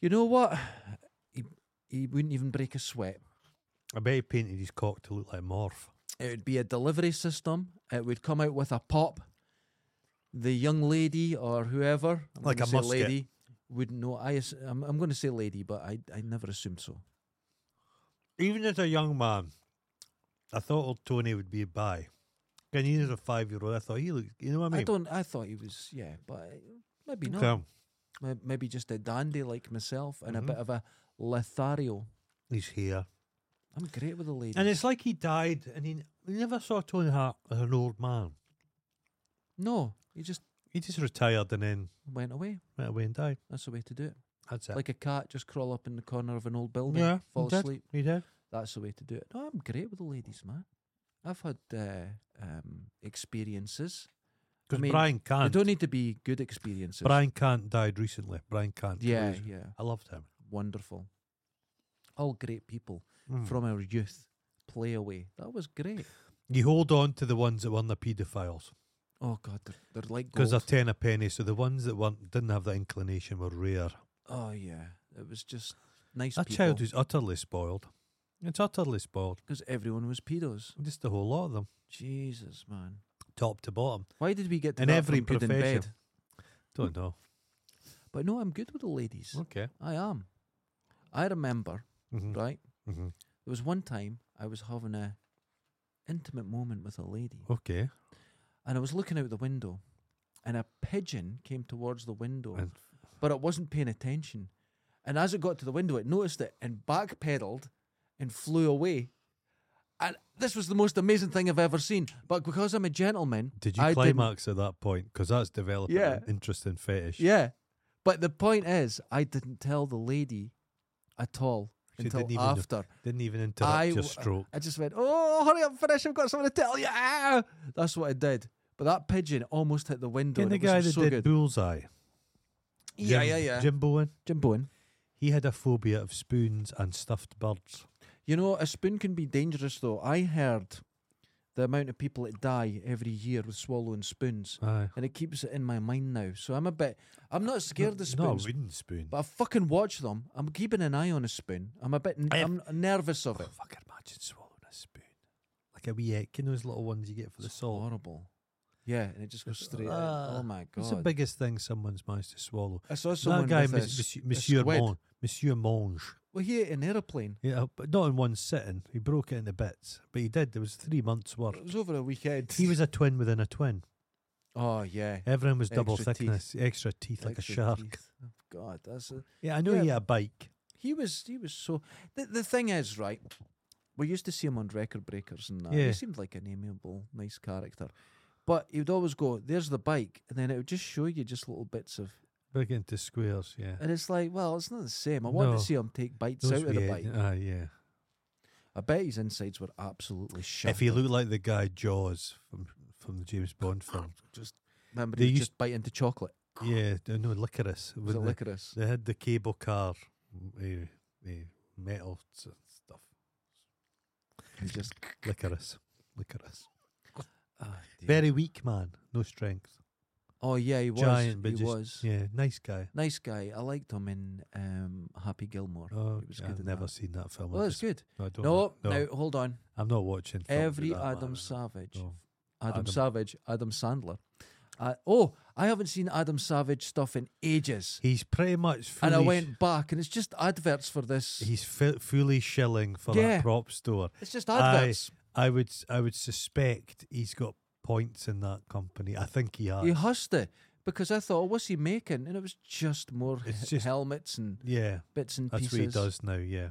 Speaker 1: You know what? He, he wouldn't even break a sweat.
Speaker 2: I bet he painted his cock to look like Morph.
Speaker 1: It would be a delivery system. It would come out with a pop. The young lady or whoever, I'm
Speaker 2: Like
Speaker 1: gonna
Speaker 2: a
Speaker 1: say
Speaker 2: musket.
Speaker 1: lady, would know. I, ass- I'm, I'm going to say lady, but I, I never assumed so.
Speaker 2: Even as a young man, I thought old Tony would be a bi. And even as a five year old, I thought he looked, you know what I mean?
Speaker 1: I don't. I thought he was. Yeah, but maybe not.
Speaker 2: So,
Speaker 1: May- Maybe just a dandy like myself and
Speaker 2: Mhm.
Speaker 1: a bit of a Lothario.
Speaker 2: he's here.
Speaker 1: I'm great with a lady.
Speaker 2: And it's like he died and he, we never saw Tony Hart as an old man.
Speaker 1: no, he just
Speaker 2: He just retired and then
Speaker 1: went away.
Speaker 2: went away and died.
Speaker 1: That's the way to do it.
Speaker 2: That's it.
Speaker 1: Like a cat, just crawl up in the corner of an old building,
Speaker 2: yeah,
Speaker 1: fall
Speaker 2: he did.
Speaker 1: asleep.
Speaker 2: He did.
Speaker 1: That's the way to do it. No, I'm great with the ladies, man. I've had uh, um, experiences.
Speaker 2: Because
Speaker 1: mean,
Speaker 2: Brian
Speaker 1: They
Speaker 2: Cant,
Speaker 1: don't need to be good experiences.
Speaker 2: Brian Cant died recently. Brian Cant.
Speaker 1: yeah,
Speaker 2: who was-
Speaker 1: yeah,
Speaker 2: I loved him.
Speaker 1: wonderful. all great people
Speaker 2: Hmm. Mm.
Speaker 1: from our youth play away. That was great.
Speaker 2: You hold on to the ones that weren't the paedophiles
Speaker 1: Oh God, they're, they're like
Speaker 2: because they're
Speaker 1: gold.
Speaker 2: ten a penny. So the ones that weren't didn't have that inclination were rare.
Speaker 1: oh yeah, it was just nice.
Speaker 2: A child who's utterly spoiled. It's utterly spoiled.
Speaker 1: because everyone was pedos.
Speaker 2: Just a whole lot of them,
Speaker 1: Jesus man,
Speaker 2: top to bottom.
Speaker 1: why did we get to
Speaker 2: In
Speaker 1: that
Speaker 2: every
Speaker 1: from Good in
Speaker 2: profession.
Speaker 1: bed? Hmm.
Speaker 2: Don't know.
Speaker 1: But no, I'm good with the ladies.
Speaker 2: Okay.
Speaker 1: I am. I remember
Speaker 2: Mm-hmm.
Speaker 1: right.
Speaker 2: hmm
Speaker 1: There was one time I was having a intimate moment with a lady,
Speaker 2: Okay.
Speaker 1: and I was looking out the window, and a pigeon came towards the window,
Speaker 2: And-
Speaker 1: but it wasn't paying attention. And as it got to the window, it noticed it and backpedaled and flew away. And this was the most amazing thing I've ever seen. But because I'm a gentleman,
Speaker 2: Did you
Speaker 1: I didn't-
Speaker 2: climax at that point? Because that's developing
Speaker 1: Yeah.
Speaker 2: an interesting fetish.
Speaker 1: Yeah, but the point is, I didn't tell the lady at all
Speaker 2: She
Speaker 1: until
Speaker 2: didn't even know.
Speaker 1: after.
Speaker 2: Didn't even interrupt
Speaker 1: I
Speaker 2: your
Speaker 1: w-
Speaker 2: stroke.
Speaker 1: I just went, oh, hurry up, finish! I've got something to tell you. Ah! That's what I did. But that pigeon almost hit the window.
Speaker 2: And the
Speaker 1: and it was
Speaker 2: guy that
Speaker 1: so
Speaker 2: did
Speaker 1: good.
Speaker 2: Bullseye,
Speaker 1: yeah,
Speaker 2: Jim-
Speaker 1: yeah, yeah. Jim,
Speaker 2: Jim Bowen,
Speaker 1: Bowen.
Speaker 2: he had a phobia of spoons and stuffed birds.
Speaker 1: You know, a spoon can be dangerous, though. I heard the amount of people that die every year with swallowing spoons,
Speaker 2: Aye.
Speaker 1: and it keeps it in my mind now. So I'm a bit, I'm not scared of
Speaker 2: Not
Speaker 1: spoons,
Speaker 2: a wooden spoon.
Speaker 1: but I fucking watch them. I'm keeping an eye on a spoon. I'm a bit, n-
Speaker 2: I have-
Speaker 1: I'm nervous of
Speaker 2: Oh,
Speaker 1: it.
Speaker 2: fucking imagine swallowing a spoon. Like a wee egg, you know those little ones you get for the salt.
Speaker 1: Horrible. Yeah, and it just goes straight. in.
Speaker 2: Ah,
Speaker 1: oh my god!
Speaker 2: It's the biggest thing someone's managed to swallow.
Speaker 1: I saw someone
Speaker 2: that guy,
Speaker 1: with a
Speaker 2: Miss-
Speaker 1: s-
Speaker 2: Monsieur,
Speaker 1: a
Speaker 2: Monsieur
Speaker 1: squid.
Speaker 2: Monge, Monsieur Monge,
Speaker 1: Well, here in aeroplane,
Speaker 2: yeah, uh, but not in one sitting. He broke it into bits, but he did. There was three months' worth.
Speaker 1: it was over a weekend.
Speaker 2: He was a twin within a twin.
Speaker 1: Oh yeah,
Speaker 2: Everyone was double
Speaker 1: Extra teeth.
Speaker 2: thickness, extra teeth like
Speaker 1: Extra
Speaker 2: a shark.
Speaker 1: teeth. Oh, God, that's a,
Speaker 2: Yeah, I know
Speaker 1: Yeah.
Speaker 2: he had a bike.
Speaker 1: he was. He was so. The, the thing is, right? We used to see him on record breakers and that.
Speaker 2: Yeah.
Speaker 1: He seemed like an amiable, nice character, but he would always go, "There's the bike," and then it would just show you just little bits of.
Speaker 2: Big into squares, yeah.
Speaker 1: And it's like, well, it's not the same. I wanted
Speaker 2: No.
Speaker 1: to see him take bites
Speaker 2: Those
Speaker 1: out of the
Speaker 2: wee-
Speaker 1: bike.
Speaker 2: Ah, yeah.
Speaker 1: I bet his insides were absolutely shit.
Speaker 2: If he looked like the guy Jaws from from the James Bond film,
Speaker 1: just remember,
Speaker 2: They
Speaker 1: he would
Speaker 2: used-
Speaker 1: just bite into chocolate.
Speaker 2: yeah, d- no licorice.
Speaker 1: Was
Speaker 2: with
Speaker 1: it
Speaker 2: the-
Speaker 1: licorice?
Speaker 2: They had the cable car, uh, metal s- stuff,
Speaker 1: And just
Speaker 2: licorice, licorice.
Speaker 1: ah, dear.
Speaker 2: Very weak man, no strength.
Speaker 1: Oh yeah, he was.
Speaker 2: Giant, but
Speaker 1: he
Speaker 2: just-
Speaker 1: was.
Speaker 2: Yeah, nice guy.
Speaker 1: Nice guy. I liked him in um, Happy Gilmore.
Speaker 2: Oh,
Speaker 1: He was
Speaker 2: yeah,
Speaker 1: good
Speaker 2: I've
Speaker 1: in
Speaker 2: never
Speaker 1: that.
Speaker 2: seen that film. I
Speaker 1: Well, that's
Speaker 2: just-
Speaker 1: good.
Speaker 2: No, I don't
Speaker 1: No,
Speaker 2: know.
Speaker 1: now hold on.
Speaker 2: I'm not watching. films with
Speaker 1: Every
Speaker 2: that man
Speaker 1: Adam
Speaker 2: in it.
Speaker 1: Savage,
Speaker 2: No.
Speaker 1: Adam,
Speaker 2: Adam.
Speaker 1: Savage, Adam Sandler. Uh, oh, I haven't seen Adam Savage stuff in ages,
Speaker 2: He's pretty much. Fully
Speaker 1: and I
Speaker 2: sh-
Speaker 1: went back, and it's just adverts for this.
Speaker 2: He's fi- fully shilling for
Speaker 1: Yeah.
Speaker 2: that prop store.
Speaker 1: It's just
Speaker 2: I,
Speaker 1: adverts.
Speaker 2: I would s- I would suspect he's got points in that company. I think he has.
Speaker 1: You hussed it because I thought, oh, what's he making? And it was just more
Speaker 2: It's
Speaker 1: he-
Speaker 2: just-
Speaker 1: helmets and
Speaker 2: yeah,
Speaker 1: bits and
Speaker 2: that's
Speaker 1: pieces.
Speaker 2: what he does now. Yeah,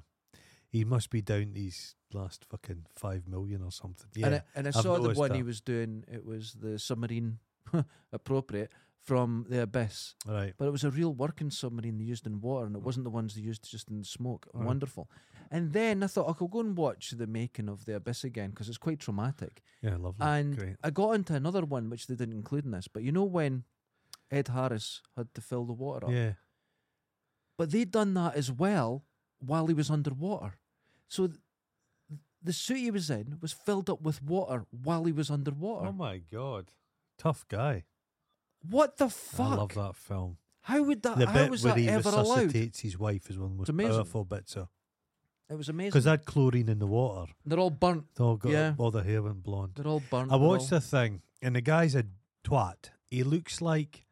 Speaker 2: he must be down these last fucking five million or something. Yeah,
Speaker 1: and I, and I
Speaker 2: I've
Speaker 1: saw the
Speaker 2: noticed
Speaker 1: one he
Speaker 2: that.
Speaker 1: was doing. It was the submarine appropriate from the abyss.
Speaker 2: right.
Speaker 1: But it was a real working submarine they used in water, and it wasn't the ones they used just in the smoke.
Speaker 2: Right.
Speaker 1: Wonderful. And then I thought, I'll go and watch the making of The Abyss again because it's quite traumatic.
Speaker 2: Yeah, lovely.
Speaker 1: and
Speaker 2: Great.
Speaker 1: I got into another one which they didn't include in this. But you know when Ed Harris had to fill the water up?
Speaker 2: Yeah,
Speaker 1: But they'd done that as well while he was underwater. So th- the suit he was in was filled up with water while he was underwater.
Speaker 2: Oh my god, tough guy.
Speaker 1: what the fuck?
Speaker 2: I love that film.
Speaker 1: How would that?
Speaker 2: the
Speaker 1: how
Speaker 2: bit
Speaker 1: was
Speaker 2: where
Speaker 1: that
Speaker 2: he
Speaker 1: ever allowed? It
Speaker 2: resuscitates his wife is one of
Speaker 1: It's
Speaker 2: the most
Speaker 1: amazing.
Speaker 2: powerful bits of
Speaker 1: was
Speaker 2: because
Speaker 1: amazing.
Speaker 2: they had chlorine in the water.
Speaker 1: They're all burnt.
Speaker 2: They all got
Speaker 1: Yeah.
Speaker 2: all their hair went blonde.
Speaker 1: They're all burnt.
Speaker 2: I
Speaker 1: they're
Speaker 2: watched
Speaker 1: all-
Speaker 2: the thing, and the guy's a twat. He looks like,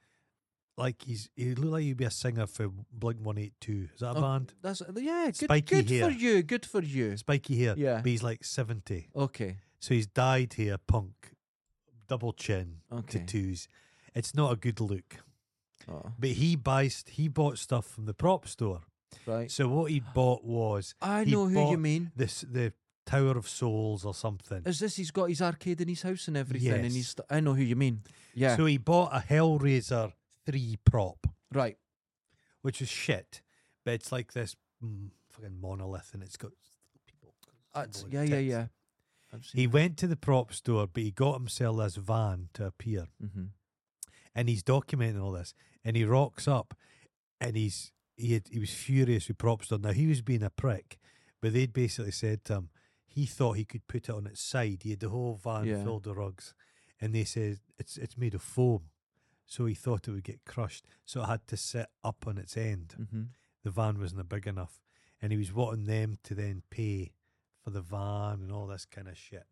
Speaker 2: like he's he looked like he'd be a singer for Blink One Eight Two. Is that a
Speaker 1: Oh,
Speaker 2: band?
Speaker 1: That's yeah. Good,
Speaker 2: Spiky
Speaker 1: good
Speaker 2: hair.
Speaker 1: for you. Good for you.
Speaker 2: Spiky hair.
Speaker 1: Yeah.
Speaker 2: but he's like seventy,
Speaker 1: Okay.
Speaker 2: so he's dyed hair, punk, double chin,
Speaker 1: Okay.
Speaker 2: tattoos. It's not a good look.
Speaker 1: Oh,
Speaker 2: But he buys he bought stuff from the prop store.
Speaker 1: right.
Speaker 2: So what he bought was
Speaker 1: I
Speaker 2: he
Speaker 1: know who you
Speaker 2: bought
Speaker 1: mean.
Speaker 2: this the Tower of Souls or something.
Speaker 1: Is this? He's got his arcade in his house and everything, and he's.
Speaker 2: Yes.
Speaker 1: I know who you mean. Yeah.
Speaker 2: So he bought a Hellraiser three prop.
Speaker 1: right.
Speaker 2: which is shit. But it's like this mm, fucking monolith, and it's got people.
Speaker 1: That's,
Speaker 2: symbol
Speaker 1: yeah,
Speaker 2: and
Speaker 1: yeah,
Speaker 2: text.
Speaker 1: yeah. I've
Speaker 2: He
Speaker 1: seen.
Speaker 2: went to the prop store, but he got himself this van to appear,
Speaker 1: hmm
Speaker 2: and he's documenting all this. And he rocks up, and he's he had, he was furious with prop store. Now he was being a prick, But they'd basically said to him, he thought he could put it on its side. He had the whole van
Speaker 1: Yeah.
Speaker 2: filled with rugs, and they said it's it's made of foam, so he thought it would get crushed. So it had to sit up on its end.
Speaker 1: Mm-hmm.
Speaker 2: The van wasn't big enough, and he was wanting them to then pay for the van and all this kind of shit.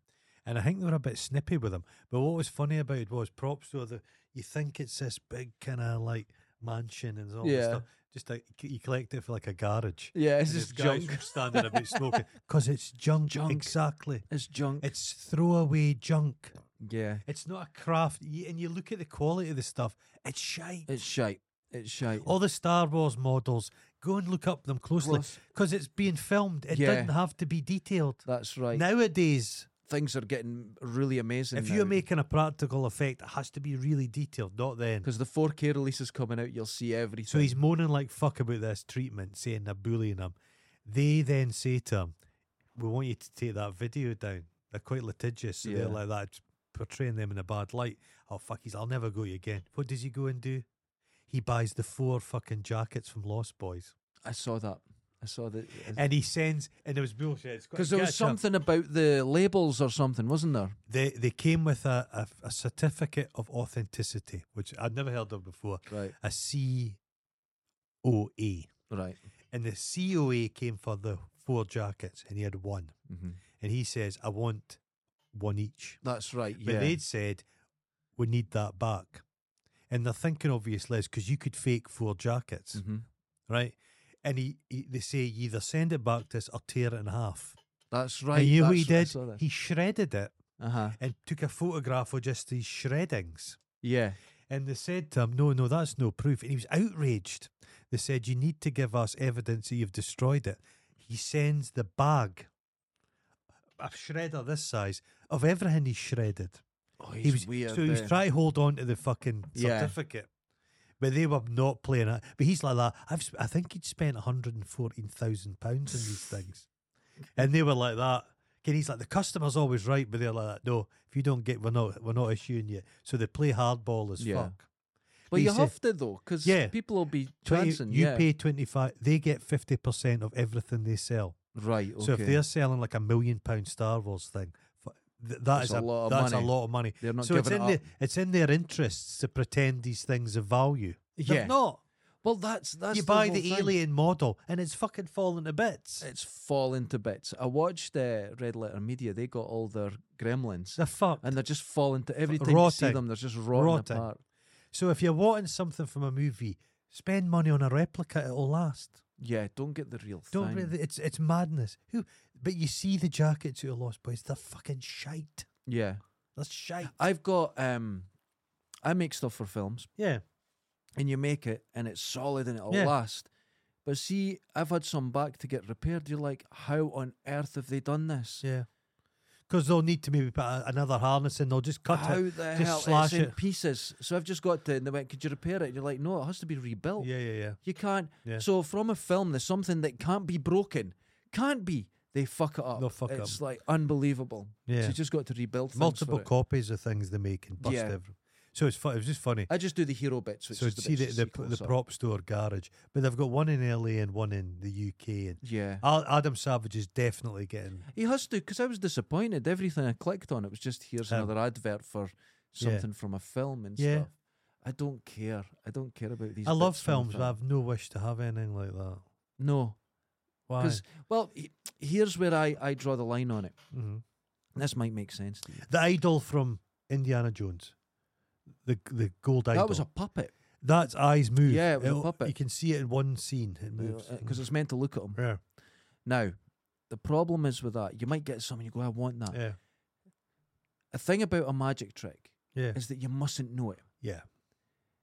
Speaker 2: And I think they were a bit snippy with him. But what was funny about it was props to the you think it's this big kind of like mansion and all this
Speaker 1: Yeah.
Speaker 2: stuff. Just like you collect it for like a garage.
Speaker 1: Yeah, it's
Speaker 2: And
Speaker 1: just
Speaker 2: this guy's
Speaker 1: junk.
Speaker 2: standing about smoking because it's junk,
Speaker 1: Junk.
Speaker 2: Exactly.
Speaker 1: It's junk.
Speaker 2: It's throwaway junk.
Speaker 1: yeah,
Speaker 2: It's not a craft. Y- And you look at the quality of the stuff. It's shite.
Speaker 1: it's shite. It's shite.
Speaker 2: All the Star Wars models. Go and look up them closely
Speaker 1: Close.
Speaker 2: because it's being filmed. It
Speaker 1: Yeah.
Speaker 2: didn't have to be detailed.
Speaker 1: That's right.
Speaker 2: Nowadays,
Speaker 1: Things are getting really amazing.
Speaker 2: if you're making a practical effect, it has to be really detailed. Not then.
Speaker 1: because the 4K release is coming out, you'll see everything.
Speaker 2: So he's moaning like fuck about this treatment, saying they're bullying him. They then say to him, We want you to take that video down. They're quite litigious. So
Speaker 1: Yeah.
Speaker 2: they're like that, portraying them in a bad light. Oh, fuck, he's, I'll never go to you again. What does he go and do? He buys the four fucking jackets from Lost Boys.
Speaker 1: I saw that. I saw that.
Speaker 2: And he sends, and it was bullshit. It's quite-
Speaker 1: Because there was
Speaker 2: catch up.
Speaker 1: something about the labels or something, wasn't there?
Speaker 2: They, they came with a, a, a certificate of authenticity, which I'd never heard of before,
Speaker 1: Right,
Speaker 2: a COA.
Speaker 1: right.
Speaker 2: And the COA came for the four jackets, and he had one.
Speaker 1: Mhm.
Speaker 2: And he says, I want one each.
Speaker 1: That's right.
Speaker 2: But
Speaker 1: Yeah.
Speaker 2: they'd said, we need that back. And they're thinking, obviously, is because you could fake four jackets,
Speaker 1: Mhm.
Speaker 2: right? And he, he, they say, you either send it back to us or tear it in half.
Speaker 1: That's right.
Speaker 2: and you know what
Speaker 1: that's
Speaker 2: he
Speaker 1: right, I
Speaker 2: did?
Speaker 1: saw that.
Speaker 2: He shredded it
Speaker 1: Uh-huh.
Speaker 2: and took a photograph of just these shreddings.
Speaker 1: Yeah.
Speaker 2: And they said to him, No, no, that's no proof. And he was outraged. They said, You need to give us evidence that you've destroyed it. He sends the bag, a shredder this size, of everything he shredded.
Speaker 1: Oh,
Speaker 2: He
Speaker 1: he's
Speaker 2: was,
Speaker 1: weird.
Speaker 2: so he was
Speaker 1: eh?
Speaker 2: trying to hold on to the fucking
Speaker 1: Yeah.
Speaker 2: certificate. But they were not playing it. But he's like that. I've, sp- I think he'd spent £114,000 on these things. And they were like that. And he's like, the customer's always right, but they're like, no, if you don't get, we're not, we're not issuing you. So they play hardball as
Speaker 1: Yeah.
Speaker 2: fuck.
Speaker 1: But
Speaker 2: he
Speaker 1: you
Speaker 2: said-
Speaker 1: have to though, because
Speaker 2: Yeah.
Speaker 1: people will be
Speaker 2: 20,
Speaker 1: chancing.
Speaker 2: you
Speaker 1: yeah.
Speaker 2: pay 25 they get 50% of everything they sell
Speaker 1: Right. Okay.
Speaker 2: so if they're selling like a million pound star wars thing f- th- that
Speaker 1: That's
Speaker 2: is
Speaker 1: a
Speaker 2: a
Speaker 1: lot of
Speaker 2: that's
Speaker 1: money.
Speaker 2: a lot of money
Speaker 1: They're not
Speaker 2: so it's
Speaker 1: giving
Speaker 2: in
Speaker 1: it
Speaker 2: their
Speaker 1: up.
Speaker 2: it's in their interests to pretend these things of value They're
Speaker 1: Yeah.
Speaker 2: not
Speaker 1: well, that's that's
Speaker 2: you buy
Speaker 1: whole
Speaker 2: the
Speaker 1: thing.
Speaker 2: alien model and it's fucking falling to bits
Speaker 1: It's falling to bits. I watched uh, Red Letter Media. They got all their gremlins,
Speaker 2: the fuck
Speaker 1: and they're just falling to every time you see
Speaker 2: rotting.
Speaker 1: them. They're just rotting,
Speaker 2: Rotting.
Speaker 1: apart.
Speaker 2: so if you're wanting something from a movie spend money on a replica it'll last
Speaker 1: Yeah. Don't get the real
Speaker 2: don't
Speaker 1: thing.
Speaker 2: really, it's it's madness who but you see the jackets who are lost boys they're fucking shite
Speaker 1: Yeah.
Speaker 2: they're shite
Speaker 1: I've got. um I make stuff for films,
Speaker 2: yeah
Speaker 1: and you make it, and it's solid, and it'll
Speaker 2: Yeah.
Speaker 1: last. But see, I've had some back to get repaired. You're like, how on earth have they done this?
Speaker 2: Yeah. Because they'll need to maybe put a- another harness in. They'll just cut
Speaker 1: How
Speaker 2: it.
Speaker 1: the
Speaker 2: just
Speaker 1: hell
Speaker 2: slash
Speaker 1: it's in
Speaker 2: it.
Speaker 1: pieces? So I've just got to, and they went, "Could you repair it?" And you're like, "No, it has to be rebuilt.
Speaker 2: Yeah, yeah, yeah.
Speaker 1: You can't."
Speaker 2: Yeah.
Speaker 1: So from a film, there's something that can't be broken, can't be. They fuck it up.
Speaker 2: They'll fuck it
Speaker 1: it's like unbelievable. So
Speaker 2: Yeah.
Speaker 1: you just got to rebuild things
Speaker 2: Multiple
Speaker 1: For it.
Speaker 2: copies of things they make and bust
Speaker 1: Yeah.
Speaker 2: everything. So it's fu- it was just funny.
Speaker 1: I just do the hero bits. Which
Speaker 2: so
Speaker 1: is
Speaker 2: see the
Speaker 1: bits
Speaker 2: the,
Speaker 1: you see
Speaker 2: p- the
Speaker 1: close up.
Speaker 2: prop store garage, but they've got one in LA and one in the UK. And
Speaker 1: Yeah.
Speaker 2: Al- Adam Savage is definitely getting.
Speaker 1: He has to, because I was disappointed. Everything I clicked on, it was just here's
Speaker 2: Um,
Speaker 1: another advert for
Speaker 2: yeah.
Speaker 1: something from a film and
Speaker 2: Yeah.
Speaker 1: stuff. I don't care. I don't care about these.
Speaker 2: I love
Speaker 1: bits from a
Speaker 2: films, but
Speaker 1: film.
Speaker 2: I've no wish to have anything like that.
Speaker 1: No,
Speaker 2: Why?
Speaker 1: because well, he- here's where I I draw the line on it.
Speaker 2: Mhm.
Speaker 1: This might make sense to you.
Speaker 2: The idol from Indiana Jones, the the gold idol.
Speaker 1: That was a puppet
Speaker 2: That's eyes move.
Speaker 1: Yeah, it was a
Speaker 2: It'll-
Speaker 1: puppet.
Speaker 2: You can see it in one scene. It moves
Speaker 1: because Uh, it's meant to look at him.
Speaker 2: yeah,
Speaker 1: Now, the problem is with that, you might get someone you go, I want that.
Speaker 2: yeah,
Speaker 1: A thing about a magic trick
Speaker 2: yeah.
Speaker 1: is that you mustn't know it.
Speaker 2: Yeah.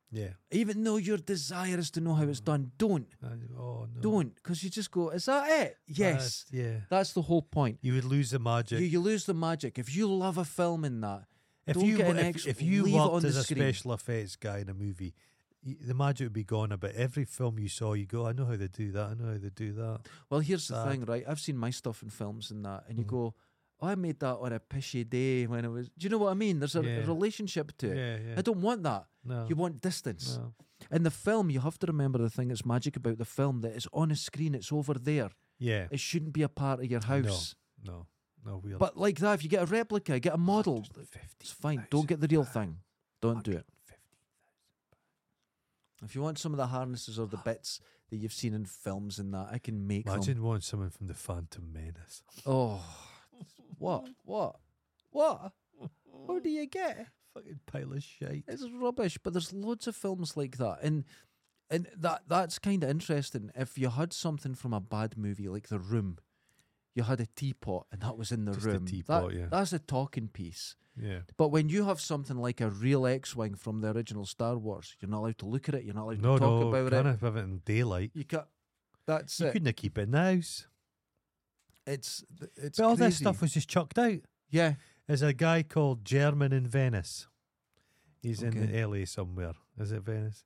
Speaker 2: Yeah.
Speaker 1: Even though you're desirous to know how it's done, don't.
Speaker 2: I- oh Mm. no.
Speaker 1: Don't, because you just go, is that it? Yes.
Speaker 2: That's- yeah.
Speaker 1: That's the whole point.
Speaker 2: You would lose the magic.
Speaker 1: You, you lose the magic. If you love a film in that,
Speaker 2: if,
Speaker 1: don't
Speaker 2: you,
Speaker 1: get
Speaker 2: wo-
Speaker 1: an
Speaker 2: if,
Speaker 1: ex,
Speaker 2: if you
Speaker 1: leave it on
Speaker 2: worked
Speaker 1: the
Speaker 2: as a
Speaker 1: screen.
Speaker 2: special effects guy in a movie, y- the magic would be gone. But every film you saw, you go, I know how they do that. I know how they do that.
Speaker 1: well, here's the
Speaker 2: Sad.
Speaker 1: thing, right? I've seen my stuff in films and that, and you
Speaker 2: Mhm.
Speaker 1: go, oh, I made that on a pishy day when it was. Do you know what I mean? There's a, a
Speaker 2: Yeah.
Speaker 1: relationship to it.
Speaker 2: Yeah, yeah.
Speaker 1: I don't want that.
Speaker 2: no,
Speaker 1: You want distance.
Speaker 2: no.
Speaker 1: In the film, you have to remember the thing that's magic about the film that it's on a screen, it's over there.
Speaker 2: Yeah.
Speaker 1: It shouldn't be a part of your house.
Speaker 2: No. No. We'll.
Speaker 1: But like that, if you get a replica, get a model, it's fine. Don't get the real thing. Don't do it. If you want some of the harnesses or the bits that you've seen in films and that, I can make them.
Speaker 2: Imagine wanting someone from the Phantom Menace.
Speaker 1: Oh, what? What? What? What do you get?
Speaker 2: Fucking pile of shite.
Speaker 1: It's rubbish, but there's loads of films like that, and and that that's kind of interesting. If you had something from a bad movie like The Room, you had a teapot, and that was in the
Speaker 2: Just a
Speaker 1: room. That-
Speaker 2: teapot, yeah.
Speaker 1: That's a talking piece.
Speaker 2: Yeah.
Speaker 1: But when you have something like a real X-wing from the original Star Wars, you're not allowed to look at it. You're not allowed
Speaker 2: No,
Speaker 1: to talk
Speaker 2: no.
Speaker 1: about
Speaker 2: Can't
Speaker 1: it.
Speaker 2: have it in daylight.
Speaker 1: You can't. That's
Speaker 2: You
Speaker 1: it.
Speaker 2: couldn't keep it in the house.
Speaker 1: It's it's
Speaker 2: But all this
Speaker 1: crazy.
Speaker 2: stuff was just chucked out.
Speaker 1: Yeah,
Speaker 2: There's a guy called German in Venice. He's in
Speaker 1: Okay.
Speaker 2: the LA somewhere. Is it Venice?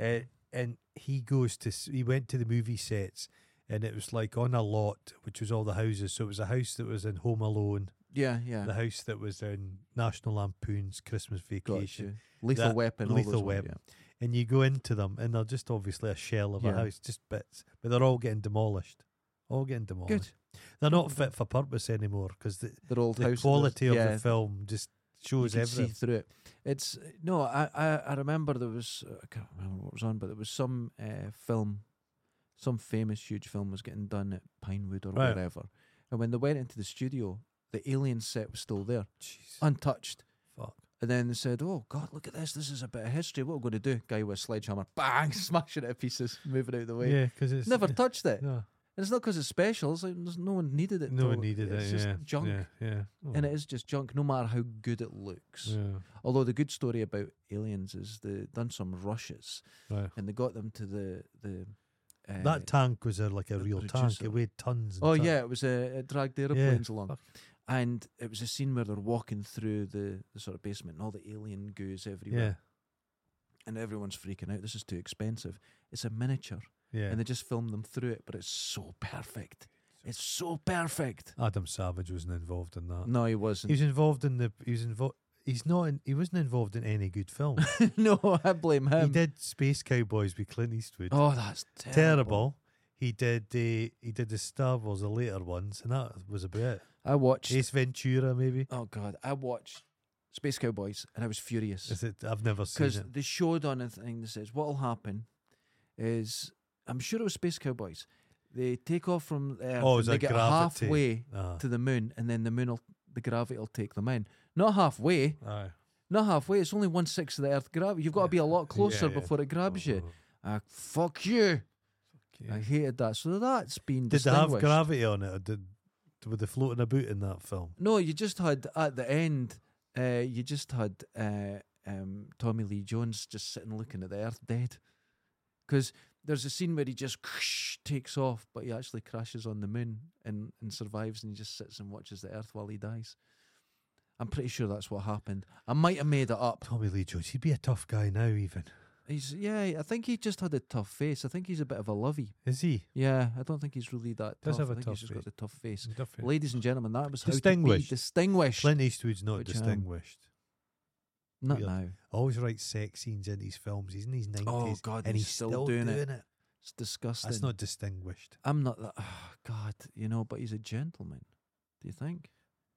Speaker 2: Uh, and he goes to s- he went to the movie sets, and it was like on a lot, which was all the houses. So it was a house that was in Home Alone,
Speaker 1: yeah, yeah.
Speaker 2: the house that was in National Lampoon's Christmas
Speaker 1: Got
Speaker 2: Vacation,
Speaker 1: you. Lethal
Speaker 2: That-
Speaker 1: Weapon. all
Speaker 2: Lethal
Speaker 1: those ones,
Speaker 2: Weapon. and you go into them, and they're just obviously a shell of
Speaker 1: Yeah.
Speaker 2: a house, just bits, but they're all getting demolished, all getting
Speaker 1: yeah.
Speaker 2: demolished.
Speaker 1: Good.
Speaker 2: They're not fit for purpose anymore because the,
Speaker 1: They're old
Speaker 2: the
Speaker 1: houses.
Speaker 2: quality of
Speaker 1: yeah,
Speaker 2: the film just shows
Speaker 1: you can
Speaker 2: everything.
Speaker 1: see through it. It's no, I, I I remember there was I can't remember what was on, but there was some uh, film, some famous huge film was getting done at Pinewood or
Speaker 2: Right.
Speaker 1: wherever, and when they went into the studio, the alien set was still there,
Speaker 2: Jeez,
Speaker 1: untouched.
Speaker 2: fuck.
Speaker 1: And then they said, "Oh God, look at this! This is a bit of history. What we're going to do?" Guy with a sledgehammer, bang, smashing it to pieces, moving out of the way.
Speaker 2: Yeah, because it's
Speaker 1: Never
Speaker 2: uh,
Speaker 1: touched it.
Speaker 2: no,
Speaker 1: And it's not because it's special. It's like there's no one needed it.
Speaker 2: no one
Speaker 1: till-
Speaker 2: needed
Speaker 1: it's
Speaker 2: it.
Speaker 1: just
Speaker 2: yeah,
Speaker 1: junk,
Speaker 2: Yeah, yeah.
Speaker 1: and
Speaker 2: Oh,
Speaker 1: it is just junk, no matter how good it looks.
Speaker 2: yeah,
Speaker 1: Although the good story about aliens is they done some rushes
Speaker 2: right.
Speaker 1: and they got them to the the. Uh,
Speaker 2: that tank was a, like a
Speaker 1: the
Speaker 2: real tank.
Speaker 1: producer.
Speaker 2: It weighed tons. and
Speaker 1: oh
Speaker 2: tons.
Speaker 1: yeah, it was a it dragged airplanes along,
Speaker 2: fuck.
Speaker 1: and it was a scene where they're walking through the, the sort of basement and all the alien goes everywhere,
Speaker 2: yeah,
Speaker 1: and everyone's freaking out. This is too expensive. It's a miniature,
Speaker 2: yeah.
Speaker 1: and they just film them through it, but it's so perfect. It's so perfect.
Speaker 2: Adam Savage wasn't involved in that.
Speaker 1: No, he
Speaker 2: he
Speaker 1: wasn't.
Speaker 2: was involved in the. He was involved. He's not. In, he wasn't involved in any good film.
Speaker 1: no, I blame him.
Speaker 2: he did Space Cowboys with Clint Eastwood.
Speaker 1: Um, Oh, that's terrible.
Speaker 2: terrible. He did the he did the Star Wars the later ones, and that was about it.
Speaker 1: I watched.
Speaker 2: Ace Ventura, maybe.
Speaker 1: Oh God, I watched Space Cowboys and I was furious.
Speaker 2: Is it? I've never seen
Speaker 1: because
Speaker 2: it.
Speaker 1: they showed on a thing that says what'll happen is I'm sure it was Space Cowboys. They take off from there.
Speaker 2: Oh,
Speaker 1: and
Speaker 2: is
Speaker 1: they
Speaker 2: that
Speaker 1: get
Speaker 2: gravity?
Speaker 1: halfway
Speaker 2: Ah,
Speaker 1: to the moon, and then the moon, will, the gravity will take them in. Not halfway,
Speaker 2: aye.
Speaker 1: not halfway. It's only one sixth of the Earth gravity. You've got to
Speaker 2: Yeah.
Speaker 1: be a lot
Speaker 2: Yeah,
Speaker 1: closer
Speaker 2: yeah.
Speaker 1: before it grabs you.
Speaker 2: Oh,
Speaker 1: Ah, fuck you!
Speaker 2: okay.
Speaker 1: I hated that. So that's been
Speaker 2: Did they have
Speaker 1: distinguished.
Speaker 2: gravity on it? Or did were they floating about in that film?
Speaker 1: No, you just had at the end. Uh, you just had uh, um, Tommy Lee Jones just sitting looking at the earth dead, because there's a scene where he just takes off, but he actually crashes on the moon and and survives, and he just sits and watches the earth while he dies. I'm pretty sure that's what happened. I might have made it up.
Speaker 2: Tommy Lee Jones, he'd be a tough guy now. Even
Speaker 1: He's yeah, I think he just had a tough face. I think he's a bit of a lovey.
Speaker 2: is he?
Speaker 1: Yeah, I don't think he's really that
Speaker 2: Does
Speaker 1: tough.
Speaker 2: have
Speaker 1: I
Speaker 2: a
Speaker 1: think
Speaker 2: tough
Speaker 1: he's just got
Speaker 2: face.
Speaker 1: the tough face.
Speaker 2: Different.
Speaker 1: Ladies and gentlemen, that was how
Speaker 2: Distinguished.
Speaker 1: to be distinguished.
Speaker 2: Clint Eastwood's not
Speaker 1: Which, um,
Speaker 2: distinguished.
Speaker 1: Not
Speaker 2: Weird.
Speaker 1: now.
Speaker 2: Always writes sex scenes in his films. He's in his nineties.
Speaker 1: Oh, God,
Speaker 2: and
Speaker 1: he's
Speaker 2: he's
Speaker 1: still doing it.
Speaker 2: it.
Speaker 1: It's disgusting.
Speaker 2: That's not distinguished.
Speaker 1: I'm not that. Oh, God, you know, but he's a gentleman. Do you think?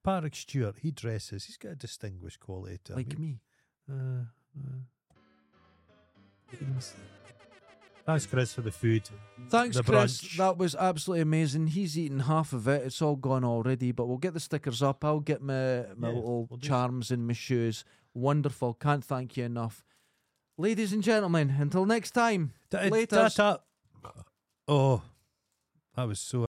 Speaker 2: Patrick Stewart, he dresses. He's got a distinguished quality to him.
Speaker 1: like me.
Speaker 2: Uh, uh. Thanks, Chris, for the food.
Speaker 1: Thanks,
Speaker 2: The
Speaker 1: Chris.
Speaker 2: brunch.
Speaker 1: That was absolutely amazing. He's eaten half of it. It's all gone already. But we'll get the stickers up. I'll get my my
Speaker 2: Yeah,
Speaker 1: little
Speaker 2: we'll do.
Speaker 1: charms and my shoes. Wonderful. Can't thank you enough, ladies and gentlemen. Until next time.
Speaker 2: Ta-
Speaker 1: Laters.
Speaker 2: ta- ta- Oh, that was so